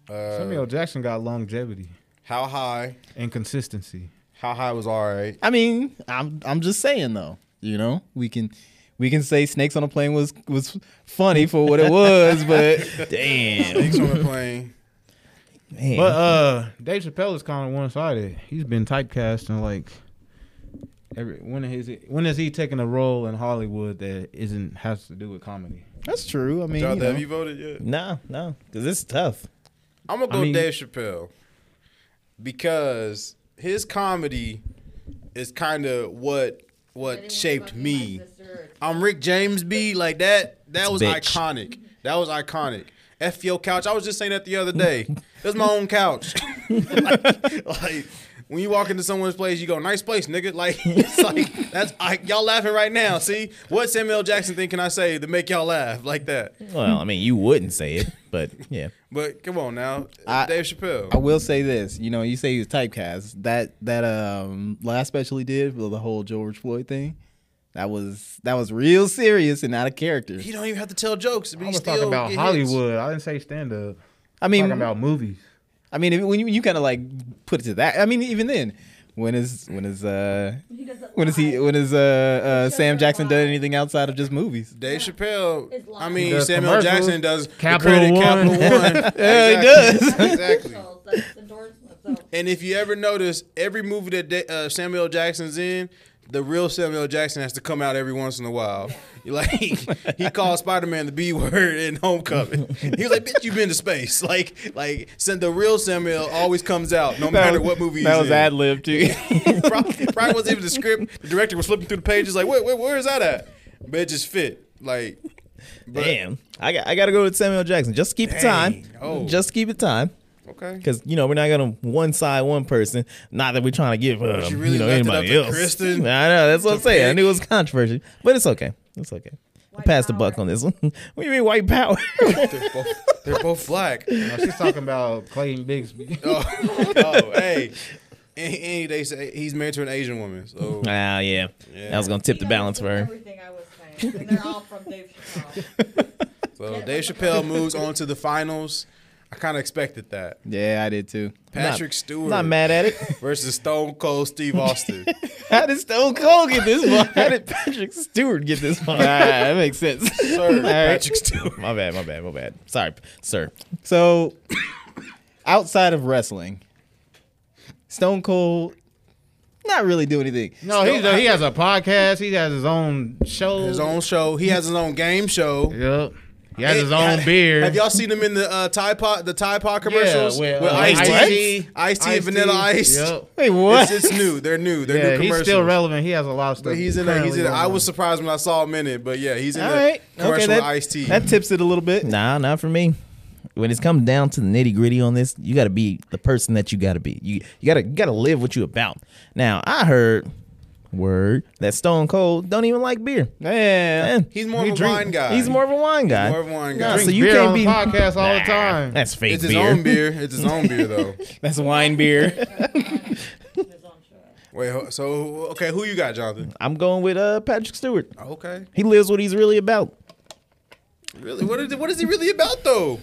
S2: Uh,
S3: Samuel Jackson got longevity
S2: How high?
S3: and consistency.
S2: How high was all right.
S1: I mean, I'm I'm just saying though. You know, we can we can say Snakes on a Plane was was funny for what it
S4: [laughs]
S1: was, but
S4: Damn.
S2: Thanks on the plane.
S4: Man.
S3: But uh, Dave Chappelle is kind of one sided. He's been typecast in like every when is he when is he taking a role in Hollywood that isn't has to do with comedy?
S1: that's true. I mean, [laughs] you
S2: Jonathan,
S1: know. Mm-hmm.
S2: have you voted yet?
S4: no, no, because it's tough.
S2: I'm gonna go
S3: mean-
S2: Dave Chappelle because his comedy is kind of what what shaped me. I'm Rick James B. Like that. That was
S4: bitch.
S2: iconic. That was iconic. F your couch. I was just saying that the other day. That's my own couch. [laughs] like, like, when you walk into someone's place, you go, "Nice place, nigga." Like [laughs] it's like that's I, y'all laughing right now. See what Samuel L. Jackson thing can I say to make y'all laugh like that?
S4: Well, I mean, you wouldn't say it, but yeah.
S2: But come on now,
S1: I-
S2: Dave Chappelle.
S1: I will say this, you know, you say he was typecast. That that um last special he did, the whole George Floyd thing, that was that was real serious and out of character.
S2: He don't even have to tell jokes. But
S3: I
S2: he
S3: was
S2: still
S3: talking about
S2: get
S3: Hollywood. I didn't say stand up.
S1: I
S3: I'm
S1: mean,
S3: talking about movies.
S1: I mean, if, when you, you kind of like put it to that, I mean, even then, when is when is uh
S5: He doesn't
S1: when is he
S5: [laughs] lie.
S1: when is uh, uh Sam
S5: Shut
S1: Jackson
S5: up.
S1: done anything outside of just movies?
S2: Dave Chappelle.
S5: It's
S2: I
S5: lying.
S2: mean,
S3: does
S2: Samuel L. Jackson does
S3: commercials,
S2: the credit,
S3: Capital One. [laughs]
S2: Capital One.
S1: Yeah, he
S2: Exactly.
S1: does. [laughs]
S2: exactly.
S5: That's endorsement, so.
S2: And if you ever notice, every movie that Da- uh, Samuel L. Jackson's in, the real Samuel L. Jackson has to come out every once in a while. [laughs] You Like he called Spider Man the B word in Homecoming. [laughs] He was like, "Bitch, you been to space." [laughs] Like, like so the real Samuel always comes out, no matter what movie.
S1: That
S2: he's
S1: was
S2: in.
S1: ad lib too.
S2: [laughs] probably, probably wasn't even the script. The director was flipping through the pages, like, wait, wait, where is that at? But it just fit. Like, but-
S4: Damn. I got, I got to go with Samuel Jackson. Just to keep it time.
S2: Dang. Oh.
S4: Just to keep it time.
S2: Okay.
S4: Because, you know, we're not going to one side one person. Not that we're trying to give, uh,
S2: But you
S4: you,
S2: really
S4: know,
S2: left it up
S4: anybody
S2: to
S4: else.
S2: Kristen
S4: I know. That's what I'm
S2: to
S4: saying. I
S2: pick.
S4: knew it was controversial, but it's okay. It's okay.
S5: White
S4: Pass the buck
S5: power.
S4: on this one. [laughs] what do you mean, white
S2: [laughs]
S4: power?
S2: They're both, they're both black. [laughs]
S3: No, she's talking about Clayton Bigsby.
S2: Oh, oh, hey. And, and they say he's married to an Asian woman. So
S4: Ah, yeah.
S2: yeah.
S4: I was gonna tip the
S5: He
S4: balance for
S5: understood
S4: her.
S5: Everything I was saying, and they're all from Dave Chappelle.
S2: so Dave Chappelle moves on to the finals. I kind of expected that.
S1: Yeah, I did too.
S2: Patrick Stewart
S4: Not mad at it. [laughs]
S2: versus Stone Cold
S3: [laughs]
S2: Steve Austin.
S1: How did Stone Cold get this one?
S4: How did Patrick Stewart get this one?
S1: All right,
S2: [laughs]
S1: that makes [laughs] sense.
S2: Sir,
S1: All right.
S2: Patrick Stewart.
S4: My bad, my bad, my bad. Sorry, sir.
S1: So, [coughs] outside of wrestling, Stone Cold not really do anything.
S3: [laughs] No, he's a, he has a podcast. He has his own show.
S2: His own show. He has his own game show.
S3: Yep. He has his
S2: Hey,
S3: own
S2: have-
S3: beer.
S2: Have y'all seen him in the uh, Tide Pod, the Tide Pod commercials
S3: with,
S2: with
S3: uh,
S2: Ice
S3: Ice
S2: Tea,
S3: Tea.
S2: Ice Tea,
S3: Ice-T.
S2: Vanilla Ice?
S3: Yep.
S1: Wait, what?
S2: [laughs] It's, it's new. They're new. They're
S3: Yeah,
S2: new commercials.
S3: he's still relevant. He has a lot of stuff.
S2: But he's in. A, he's
S3: currently
S2: in. A,
S3: going
S2: I
S3: on.
S2: was surprised when I saw him in it. But yeah, he's in
S1: All
S2: the
S1: right. Okay,
S2: commercial
S1: that,
S2: with Ice Tea.
S1: that tips it a little bit.
S4: Nah, not for me. When it's come down to the nitty gritty on this, you got to be the person that you got to be. You you gotta you gotta live what you about. Now I heard word that Stone Cold don't even like beer.
S1: Yeah.
S4: Eh,
S2: he's more
S4: he
S2: of a
S4: drink-
S2: wine guy.
S4: He's more of a wine guy.
S2: more of a wine
S4: Nah,
S2: guy.
S4: so
S3: Drinks
S4: you
S3: beer
S4: can't
S3: on
S4: be
S3: podcasts all the
S4: Nah,
S3: time.
S4: That's fake
S2: It's his
S4: beer.
S2: own beer. It's his own beer
S5: [laughs]
S2: though.
S1: That's wine beer.
S5: His own show.
S2: [laughs] Wait. ho- So okay, who you got,
S5: [laughs]
S2: Jonathan?
S4: [laughs] I'm going with uh, Patrick Stewart.
S2: Okay.
S4: He lives what he's really about.
S2: Really? What is? What is he really about though?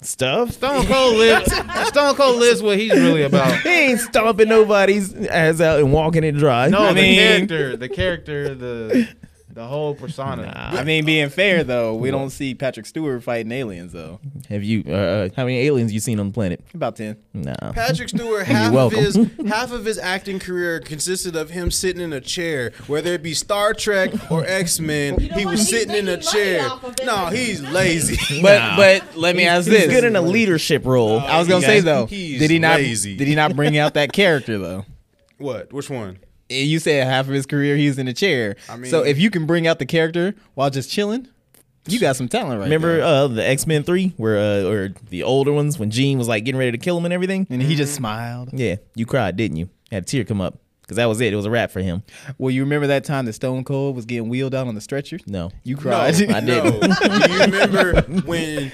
S4: Stuff.
S3: Stone Cold lives. Stone Cold lives what he's really about.
S4: He ain't stomping nobody's ass out and walking it dry.
S3: No,
S1: I
S3: the
S1: mean-
S3: character, the character, the the whole persona.
S1: I mean, being fair though, we don't see Patrick Stewart fighting aliens though.
S4: Have you? Uh, uh, how many aliens you seen on the planet?
S1: About ten.
S4: Nah.
S5: [laughs]
S2: Patrick Stewart, half of
S4: welcome.
S2: his half of his acting career consisted of him sitting in a chair, whether it be Star Trek
S5: [laughs]
S2: or X Men.
S5: know
S2: He
S5: what?
S2: was
S5: He's
S2: sitting in a
S5: making money
S2: chair.
S5: off of it.
S2: No, he's
S5: [laughs]
S2: lazy.
S1: But
S4: Nah.
S1: but let me ask
S4: He's
S1: this.
S4: good in a leadership role.
S1: I was gonna say
S2: He's-
S1: though,
S2: he's
S1: did he not?
S2: lazy.
S1: Did he not bring out that character [laughs] though?
S2: what? Which one?
S1: Eh, You said half of his career he's in a chair.
S2: I mean-
S1: so if you can bring out the character while just chilling, you got some talent right
S4: Remember
S1: there.
S4: uh, the X Men three, where uh, or the older ones when Jean was like getting ready to kill him and everything.
S1: and he just smiled.
S4: Yeah, you cried, didn't you? Had a tear come up because that was it. It was a wrap for him.
S1: Well, you remember that time that Stone Cold was getting wheeled out on the stretcher?
S4: No,
S1: You cried.
S4: I didn't.
S2: No. [laughs] Do you remember when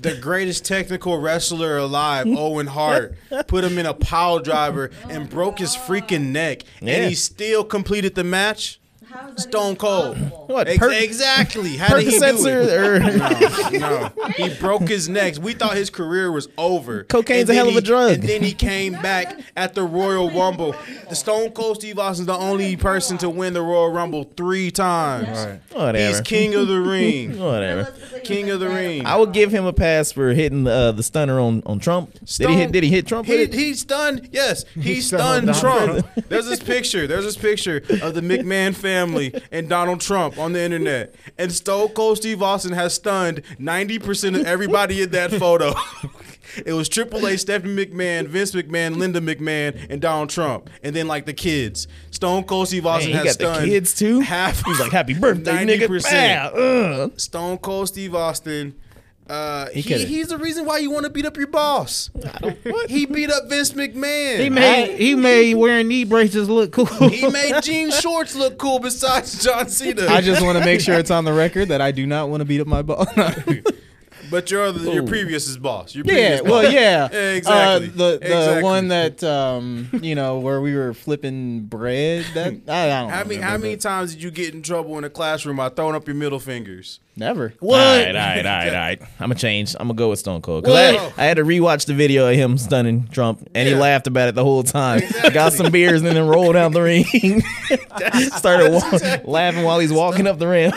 S2: the greatest technical wrestler alive, Owen Hart, put him in a pile driver and broke his freaking neck,
S4: Yeah.
S2: and he still completed the match?
S5: How is that
S2: Stone
S5: even
S2: Cold.
S5: possible?
S4: What?
S2: Ex-
S4: Per-
S2: exactly. How did he do it?
S4: Percocets or, or
S2: No, he broke his neck. We thought his career was over.
S4: Cocaine's
S2: And
S4: a
S2: then
S4: hell of
S2: he-
S4: a drug.
S2: And then he came back at the Royal Rumble. The Stone Cold Steve Austin's the only person to win the Royal Rumble three times. He's
S4: [laughs] whatever,
S2: king of the ring.
S4: [laughs] whatever.
S5: Realistically,
S2: King of the ring.
S4: I would give him a pass for hitting uh, the stunner on, on Trump. Did he hit?
S2: Stone-
S4: Did he hit Trump?
S2: He,
S4: with it?
S2: he stunned. Yes, he,
S3: stunned
S2: stunned
S3: Donald
S2: Trump. [laughs] There's this picture. There's this picture of the McMahon family and Donald Trump on the internet. And Stone Cold Steve Austin has stunned 90% of everybody in that photo. [laughs] it was Triple H, Stephanie McMahon, Vince McMahon, Linda McMahon, and Donald Trump. And then like the kids. Stone Cold Steve Austin
S4: Man, he
S2: has
S4: got the
S2: stunned
S4: kids, too?
S2: Half.
S4: He's like, "Happy birthday, nigga!"
S2: 90%.
S4: Pow, ugh.
S2: Stone Cold Steve Austin. Uh, he
S4: could've-
S2: he's the reason why you want to beat up your boss.
S1: [laughs]
S2: He beat up Vince McMahon.
S3: He made he made wearing knee braces look cool.
S2: He
S1: [laughs]
S2: made jean shorts look cool besides John Cena.
S1: I just want to make
S4: [laughs]
S1: sure it's on the record that I do not want to beat up my ball.
S2: but your other, your
S4: Ooh.
S2: previous is boss. Your
S1: yeah,
S2: previous
S1: well,
S2: boss.
S1: yeah,
S2: Yeah, [laughs] exactly.
S1: Uh, the the
S2: Exactly.
S1: one that um, you know where we were flipping bread. That I, I don't.
S2: How many
S1: remember,
S2: how many
S1: but
S2: times did you get in trouble in a classroom by throwing up your middle fingers?
S1: Never.
S4: All right,
S2: [laughs]
S4: all right, all right, all right. I'm gonna change. I'm gonna go with Stone Cold because
S2: Whoa.
S4: I, I had to rewatch the video of him stunning Trump, and he
S2: Yeah.
S4: laughed about it the whole time. Got some beers and then rolled down the
S2: [laughs]
S4: ring. [laughs] Started wa- laughing while he's walking up the ramp. [laughs]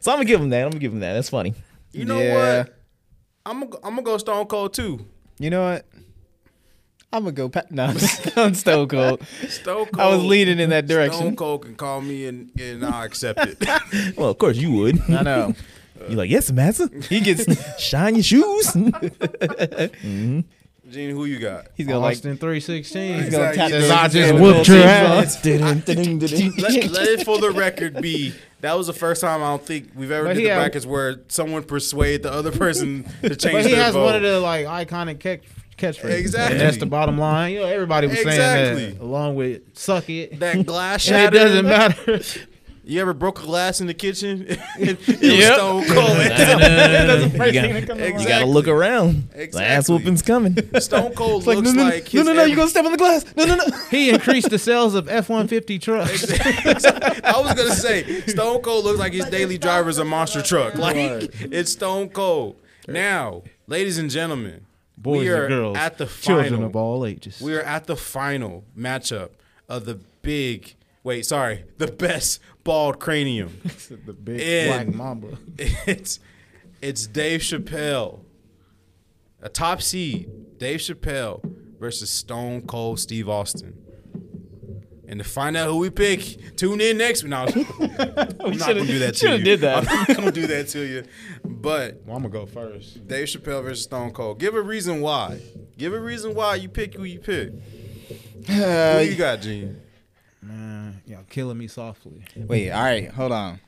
S4: so I'm gonna give him that. I'm gonna give him that. That's funny.
S2: You know
S1: Yeah.
S2: what? I'm gonna I'm gonna go Stone Cold too.
S1: You know what? I'm gonna go. Pa- no, I'm, just, I'm Stone Cold.
S2: Stone Cold.
S1: [laughs] I was leading in that
S2: Stone
S1: direction.
S2: Cold can call me and and I accept it.
S4: Well, of course you would.
S1: I
S4: [laughs]
S1: know.
S4: You're like, yes, master.
S1: [laughs] He gets.
S4: Shine your shoes. [laughs]
S2: Gene, who you got?
S1: He's gonna like.
S3: Austin three sixteen.
S1: He's gonna tap
S2: Says,
S1: the-
S2: "I
S3: just
S1: the
S3: whooped
S1: little
S3: your
S1: teeth
S3: ass."
S1: on.
S3: [laughs]
S2: Let, let it for the record be that was the first time I don't think we've ever
S3: But
S2: did
S3: he
S2: the
S3: had-
S2: brackets where someone persuade the other person to change
S3: [laughs] But he
S2: their
S3: has
S2: vote.
S3: one of the like iconic catch catchphrases.
S2: Exactly.
S3: And that's the bottom line. You know, everybody was saying
S2: Exactly.
S3: that along with suck it.
S2: that glass
S3: And it
S2: shattered.
S3: doesn't matter.
S2: You ever broke a glass in the kitchen? [laughs] it was
S1: Yep.
S2: stone
S3: [laughs]
S2: cold.
S4: you, gotta, you gotta
S2: Exactly.
S4: look around. The ass
S2: Exactly. [laughs]
S4: whooping's coming.
S2: Stone Cold
S1: Like,
S2: looks
S1: no, no,
S2: like
S1: no,
S2: his
S1: no, no,
S2: every-
S1: you gonna step on the glass. No, no, no.
S3: He increased the sales of F one fifty trucks.
S2: I was gonna say Stone Cold looks like his daily driver is a monster truck. Like it's Stone Cold. Now, ladies and gentlemen,
S3: Boys
S2: we
S3: and
S2: are
S3: girls,
S2: at the
S3: Children
S2: final.
S3: of all ages.
S2: We are at the final matchup of the big. Wait, sorry, the best bald cranium.
S6: the big black
S2: And-
S6: mamba.
S2: it's it's Dave Chappelle, a top seed, Dave Chappelle versus Stone Cold Steve Austin. And to find out who we pick, tune in next week. No, I'm not gonna do that to you.
S1: should've did that.
S2: [laughs] I'm not gonna do that to you. But
S6: Well, I'm gonna go first.
S2: Dave Chappelle versus Stone Cold. Give a reason why. Give a reason why you pick who you pick. who you got, Gene?
S3: Man, y'all killing
S2: [laughs]
S3: me softly.
S1: Wait, all right, hold on.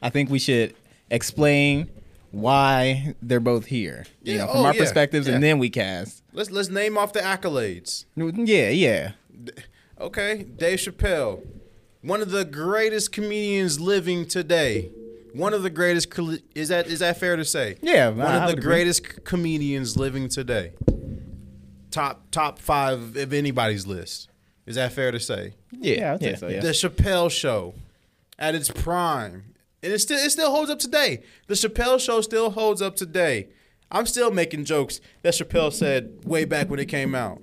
S1: I think we should explain why they're both here. you
S2: Yeah,
S1: know, from
S2: oh,
S1: our
S2: yeah,
S1: perspectives,
S2: yeah.
S1: and then we cast.
S2: Let's let's name off the accolades.
S1: Yeah, yeah.
S2: Okay, Dave Chappelle, one of the greatest comedians living today. One of the greatest col- is that is that fair to say?
S1: Yeah,
S2: one
S1: I- I
S2: of
S1: would
S2: the
S1: agree.
S2: greatest c- comedians living today. Top top five of anybody's list. Is that fair to say?
S1: Yeah, yeah, I'd say
S4: yeah,
S1: so, yeah.
S2: The Chappelle Show, at its prime, and it still it still holds up today. The Chappelle Show still holds up today. I'm still making jokes that Chappelle said way back when it came out.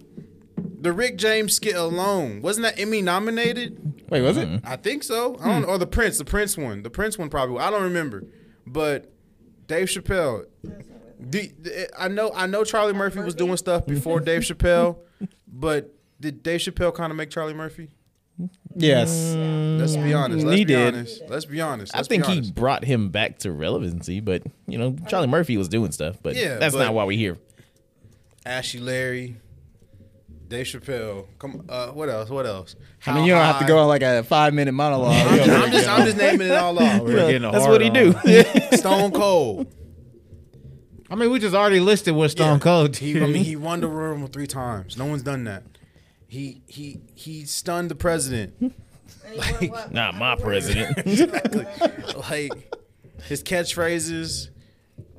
S2: The Rick James skit alone wasn't that Emmy nominated?
S1: Wait, was it? Hmm.
S2: I think so. I don't or the Prince, the Prince one, the Prince one probably. I don't remember, but Dave Chappelle. the- the- I know I know Charlie Murphy was doing stuff before Dave
S1: [laughs]
S2: Chappelle, but did Dave Chappelle kind of make Charlie Murphy?
S1: Yes.
S2: Let's be honest. Let's
S1: He
S2: be
S1: did.
S2: honest. Let's be honest.
S4: I
S2: Let's
S4: Mm. think
S2: be
S4: he
S2: honest.
S4: brought him back to relevancy, but you know, Charlie Murphy was doing stuff, but
S2: Yeah,
S4: that's
S2: but-
S4: not why we're here.
S2: Ashley Larry, Dave Chappelle. Come. Uh, what else? What else?
S1: I mean, you don't have to go on like a five minute
S2: I'm just,
S1: monologue.
S2: I'm just, I'm just naming it all
S1: [laughs]
S2: off.
S3: We're getting a
S4: That's
S3: hard
S4: what he
S3: on.
S4: do.
S2: Stone Cold.
S3: [laughs] I mean, we just already listed what Stone Cold
S2: He,
S3: did.
S2: I
S1: [laughs]
S2: mean, he won the Royal Rumble three times. No one's done that. He he he stunned the president. [laughs]
S4: not
S1: [laughs]
S4: my president.
S2: exactly. Like his catchphrases.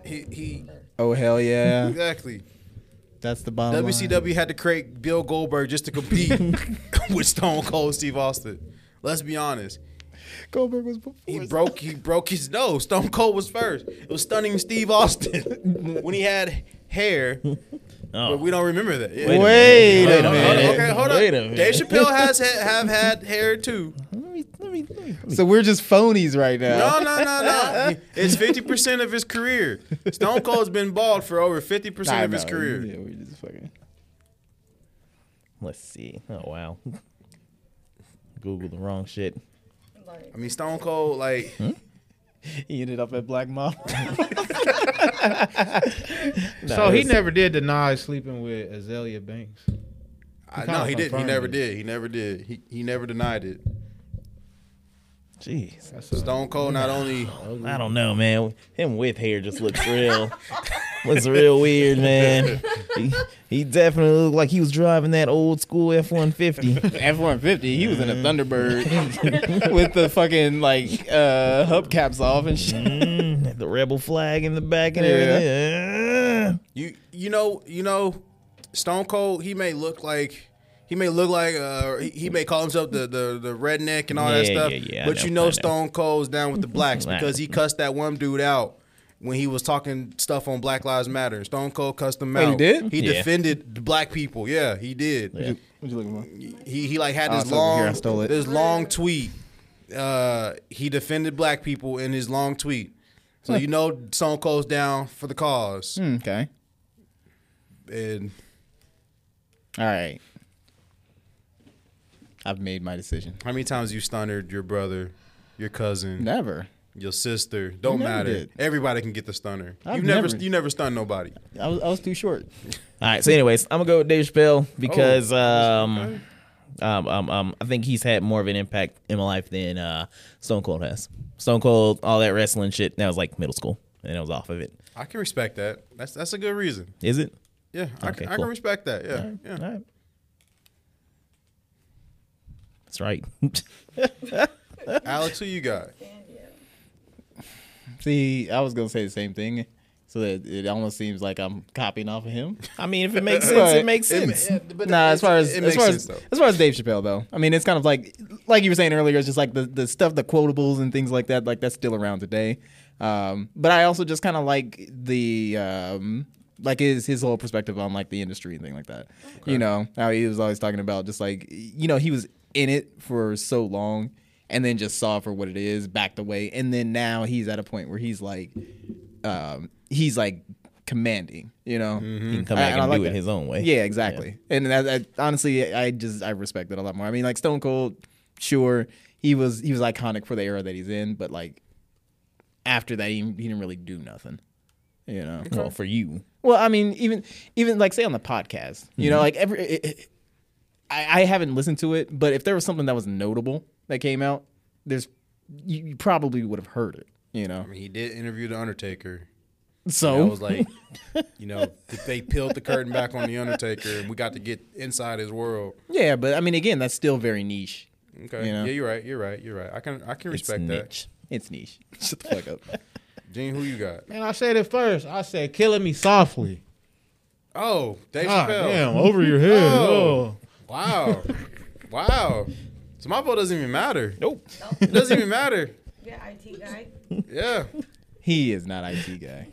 S2: He he
S1: oh hell yeah,
S2: exactly.
S1: that's the bottom. line.
S2: WCW had to create Bill Goldberg just
S1: [laughs]
S2: to compete with Stone Cold Steve Austin. Let's be honest.
S1: Goldberg was before.
S2: He broke he broke his nose. Stone Cold was first. It was stunning
S1: [laughs]
S2: Steve Austin when he had hair, but we don't remember that. Yeah.
S4: Oh, Wait a
S1: Wait a
S4: minute.
S2: Hold on, hold on,
S1: minute.
S2: okay, hold on.
S4: Wait a minute.
S2: Dave Chappelle has ha- have had
S1: [laughs]
S2: hair too.
S4: Let me, let me, let me-
S1: So we're just phonies right now.
S2: No, no, no, no. It's fifty percent of his career. Stone Cold's been bald for over fifty percent of his
S1: I know.
S2: career.
S1: Yeah, we're just fucking.
S4: let's see. Oh wow. [laughs] Google the wrong shit.
S2: I mean, Stone Cold like
S1: Hmm. He ended up at Black Mom.
S3: [laughs] so he
S4: it's-
S3: never did deny sleeping with Azalea Banks.
S2: I,
S3: kinda
S2: no, he didn't. He
S3: confirmed
S2: never
S3: it.
S2: did. He never did. He he never denied it.
S4: Jeez.
S3: That's a,
S2: Stone Cold not only
S4: I don't know, man. Him with hair just looks real. [laughs] looks real weird, man. He, he definitely looked like he was driving that old school F
S1: [laughs]
S4: one fifty.
S1: F one fifty. He was
S2: Mm.
S1: in a Thunderbird with the fucking like uh hubcaps off and shit.
S4: The rebel flag in the back and
S1: Yeah.
S4: everything.
S2: You you know you know, Stone Cold he may look like he may look like uh he, he may call himself the the, the redneck and all that
S4: Yeah,
S2: stuff.
S4: yeah, yeah, I
S2: but
S4: know,
S2: you
S4: I
S2: know
S4: know.
S2: Stone Cold's down
S4: [laughs]
S2: with the blacks
S4: Right.
S2: because he cussed that one dude out when he was talking stuff on Black Lives Matter. Stone Cold cussed him
S1: he
S2: out.
S1: did?
S2: He
S4: Oh, Yeah.
S2: defended the black people. Yeah, he did.
S1: What you looking for?
S2: He he like had
S1: Oh,
S2: this
S1: it's over
S2: long
S1: here. I stole it.
S2: this long tweet. Uh, he defended black people in his long tweet. So you know Stone Cold's down for the cause
S1: Hmm, okay.
S2: and.
S1: All right. I've made my decision.
S2: How many times you stunnered your brother, your cousin,
S1: Never.
S2: your sister? Don't
S1: Never
S2: matter.
S1: did.
S2: Everybody can get the stunner.
S1: I've
S2: you never,
S1: never-
S2: you never stun nobody.
S1: I was, I was too short. Oh,
S4: All right. So, anyways, I'm gonna go with Dave Chappelle because um, um, um, um, I think he's had more of an impact in my life than uh, Stone Cold has. Stone Cold, all that wrestling shit. That was like middle school, and I was off of it.
S2: I can respect that. That's that's a good reason.
S4: Is it?
S2: Yeah, I,
S4: Okay,
S2: can, I
S4: cool.
S2: can respect that. Yeah, yeah.
S4: All right. That's right.
S2: Alex, who you got?
S1: [laughs] See, I was gonna say the same thing, so that it almost seems like I'm copying off of him.
S4: I mean, if
S2: [laughs]
S4: it makes sense,
S1: Right.
S4: it makes
S2: It ma-
S4: sense.
S2: yeah, but
S1: nah, as
S2: it's-
S1: far as
S2: it
S1: as
S2: makes
S1: far
S2: sense,
S1: as,
S2: though.
S1: as far as Dave Chappelle though, I mean, it's kind of like like you were saying earlier, it's just like the the stuff, the quotables and things like that. Like that's still around today. Um, but I also just kind of like the um, like his his whole perspective on like the industry and thing like that. You know how he was always talking about just like you know he was in it for so long. And then just saw it for what it is, backed away, and then now he's at a point where he's like, um, he's like commanding, you know.
S2: Mm.
S4: He can come
S1: I-
S4: back
S1: Mm-hmm. I
S4: and,
S1: like
S4: do it
S1: that.
S4: his own way.
S1: Yeah, exactly. And that, that, honestly, I just I respect it a lot more. I mean, like Stone Cold, sure, he was he was iconic for the era that he's in, but like after that, he, he didn't really do nothing. You know.
S4: Well, for you,
S1: Well, I mean, even even like say on the podcast, you know, like every it, it- I, I haven't listened to it, but if there was something that was notable that came out, there's you, you probably would have heard it. You know.
S2: I mean, he did interview the Undertaker.
S1: So
S4: Oh.
S2: I was like, you know, they peeled the curtain back on the Undertaker, and we got to get inside his world.
S1: yeah, but I mean, again, that's still very niche.
S2: Okay.
S1: You know?
S2: Yeah, you're right. You're right. You're right. I can I can
S4: it's
S2: respect that.
S4: niche.
S1: It's niche. Shut the fuck up.
S2: Gene, who you got?
S3: And I said it first. I said killing me softly.
S2: Oh, Dave
S3: Ah,
S2: Chappelle.
S3: damn, over your head.
S2: Oh.
S3: Oh.
S2: Wow. wow. So my vote doesn't even matter.
S4: Nope.
S2: It doesn't even matter.
S5: Yeah, IT guy.
S2: Yeah.
S1: He is not IT guy.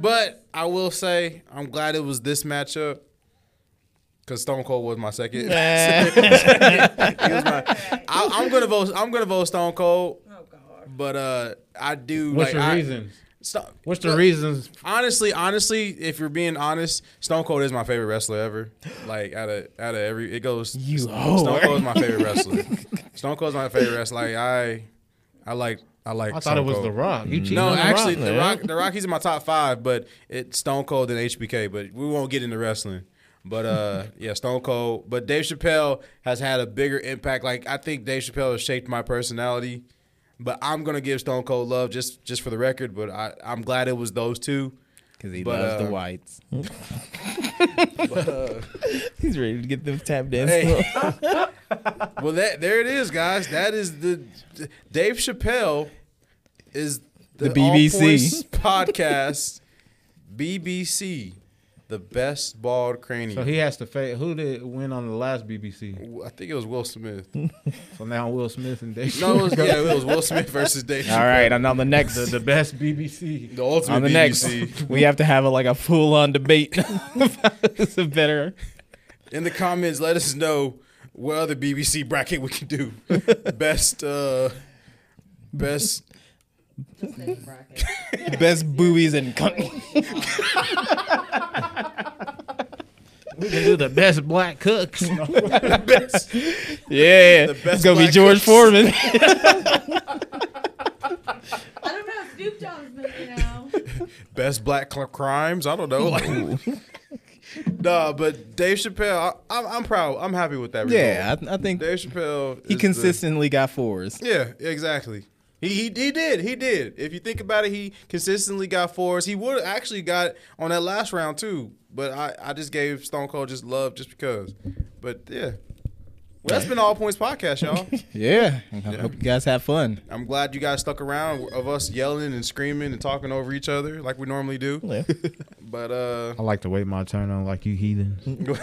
S2: But I will say I'm glad it was this matchup. Cause Stone Cold was my second. [laughs] I, I'm gonna vote. I'm gonna vote Stone Cold.
S5: Oh God.
S2: But uh, I do.
S3: What's
S2: like,
S3: the
S2: I-
S3: reasons?
S2: Stop.
S3: What's the reasons?
S2: Honestly, honestly, if you're being honest, Stone Cold is my favorite wrestler ever. Like out of out of every, it goes.
S1: You
S2: Stone
S1: whore.
S2: Cold is my favorite wrestler. Stone Cold's my favorite wrestler. Like I, I like I like.
S3: I thought
S2: Stone
S3: it was
S2: Cold. Mm-hmm.
S3: The Rock. You cheating
S2: No,
S3: on the
S2: actually,
S3: Rock?
S2: the Rock, the Rock, he's in my top five, but it's Stone Cold and HBK. But we won't get into wrestling. But
S3: [laughs]
S2: uh, yeah, Stone Cold. But Dave Chappelle has had a bigger impact. Like I think Dave Chappelle has shaped my personality. But I'm gonna give Stone Cold love just just for the record. But I, I'm glad it was those two.
S1: Because he
S2: But,
S1: loves
S2: uh,
S1: the whites. [laughs]
S4: He's ready to get them tap dance.
S2: Hey. [laughs] well, that there it is, guys. That is the Dave Chappelle is the,
S1: The
S2: All
S1: BBC.
S2: Points podcast. BBC, the best bald cranium.
S3: So he has to face who did win on the last BBC.
S2: I think it was Will Smith.
S3: So now Will Smith and Dave.
S2: No, it
S3: [laughs]
S2: was, yeah, it was Will Smith versus Dave.
S1: All right, and on the next,
S3: the, the best BBC.
S2: the ultimate
S1: on the
S2: BBC.
S1: next, we have to have a, like a full-on debate. [laughs] it's a better.
S2: In the comments, let us know what other BBC bracket we can
S1: [laughs]
S2: do. best, uh, best.
S1: Best boobies and cunt.
S3: We can do the best black cooks.
S2: best.
S1: Yeah,
S2: The best
S1: it's gonna be
S2: black
S1: George
S2: cooks.
S1: Foreman.
S5: I don't know. Snoop Dogg's been, you know.
S2: best black cl- crimes. I don't know. Like, [laughs] nah, but Dave Chappelle, I, I'm, I'm proud. I'm happy with that. result.
S1: yeah, I, I think
S2: Dave Chappelle.
S1: he
S2: is
S1: consistently got fours.
S2: the- yeah, exactly. He, he he did he did. If you think about it, he consistently got fours. He would have actually got on that last round too. But I, I just gave Stone Cold just love just because. But yeah, well, that's been all points podcast, y'all.
S1: [laughs] Yeah, I hope you guys have fun.
S2: I'm glad you guys stuck around of us yelling and screaming and talking over each other like we normally do.
S4: Yeah.
S2: [laughs] But uh,
S3: I like to wait my turn on like you heathens.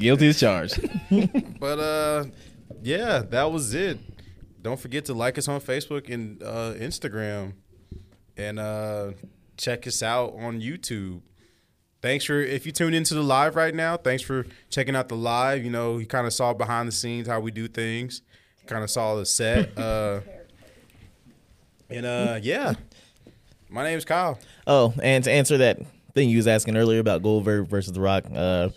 S1: Guilty as charged.
S2: But uh, yeah, that was it. Don't forget to like us on Facebook and uh, Instagram, and uh, check us out on YouTube. Thanks for if you tune into the live right now. Thanks for checking out the live. You know, you kind of saw behind the scenes how we do things. Kind of saw the set. Uh, and uh, yeah, my name's Kyle.
S4: Oh, and to answer that thing you was asking earlier about Goldberg versus The Rock, uh,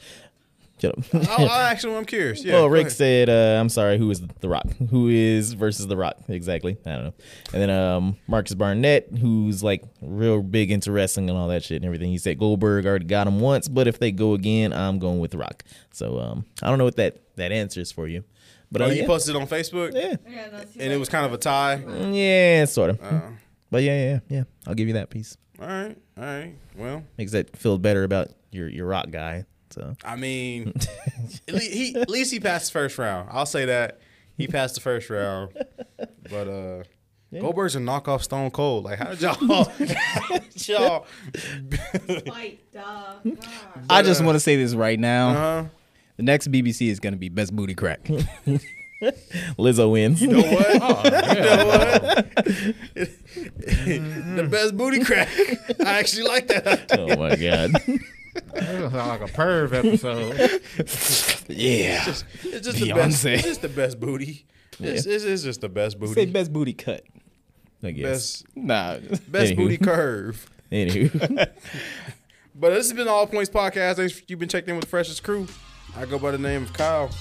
S4: shut up.
S2: Oh, I actually, I'm curious. [laughs] Yeah,
S4: [laughs] well,
S2: go
S4: Rick
S2: ahead.
S4: said, uh, "I'm sorry, who is The Rock? Who is versus The Rock exactly? I don't know." And then um, Marcus Barnett, who's like real big into wrestling and all that shit and everything. He said Goldberg already got him once, but if they go again, I'm going with The Rock. So um, I don't know what that that answer is for you, but
S2: Oh,
S4: uh,
S2: you
S4: yeah.
S2: posted it on Facebook,
S4: yeah,
S5: Yeah, that's
S2: and it was kind of a tie.
S4: Mm, yeah, sort of.
S2: Uh,
S4: But yeah, yeah, yeah. I'll give you that piece.
S2: all right, all right. Well.
S4: Makes that feel better about your your Rock guy. So
S1: [laughs]
S2: I mean, at, le- he, at least he passed the first round. I'll say that he passed the first round. But uh, Goldberg's a knockoff Stone Cold. Like, how did y'all? [laughs] how did y'all?
S5: Fight, duh. God.
S1: I just want to say this right now.
S2: Uh,
S1: The next BBC is going to be Best Booty Crack.
S4: [laughs] Lizzo wins.
S2: you know what? uh-huh. [laughs] you know what? [laughs] the best booty crack. I actually like that.
S4: oh my god.
S3: That sounds like a perv episode.
S1: [laughs] yeah.
S2: It's just the best.
S1: Beyonce.
S2: It's just the best booty. It's, it's, it's just the best booty.
S1: Say Best Booty Cut.
S4: I guess.
S2: Best
S1: Nah.
S2: best
S4: Anywho.
S2: booty curve.
S4: Anywho,
S2: But this has been the All Points Podcast. Thanks for you've been checking in with the freshest crew. I go by the name of Kyle.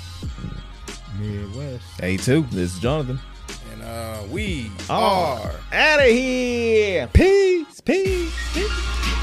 S3: Midwest.
S1: Hey, too.
S4: this is Jonathan.
S2: And uh, we
S4: Oh.
S2: are
S4: Out of here.
S1: Peace, peace, peace.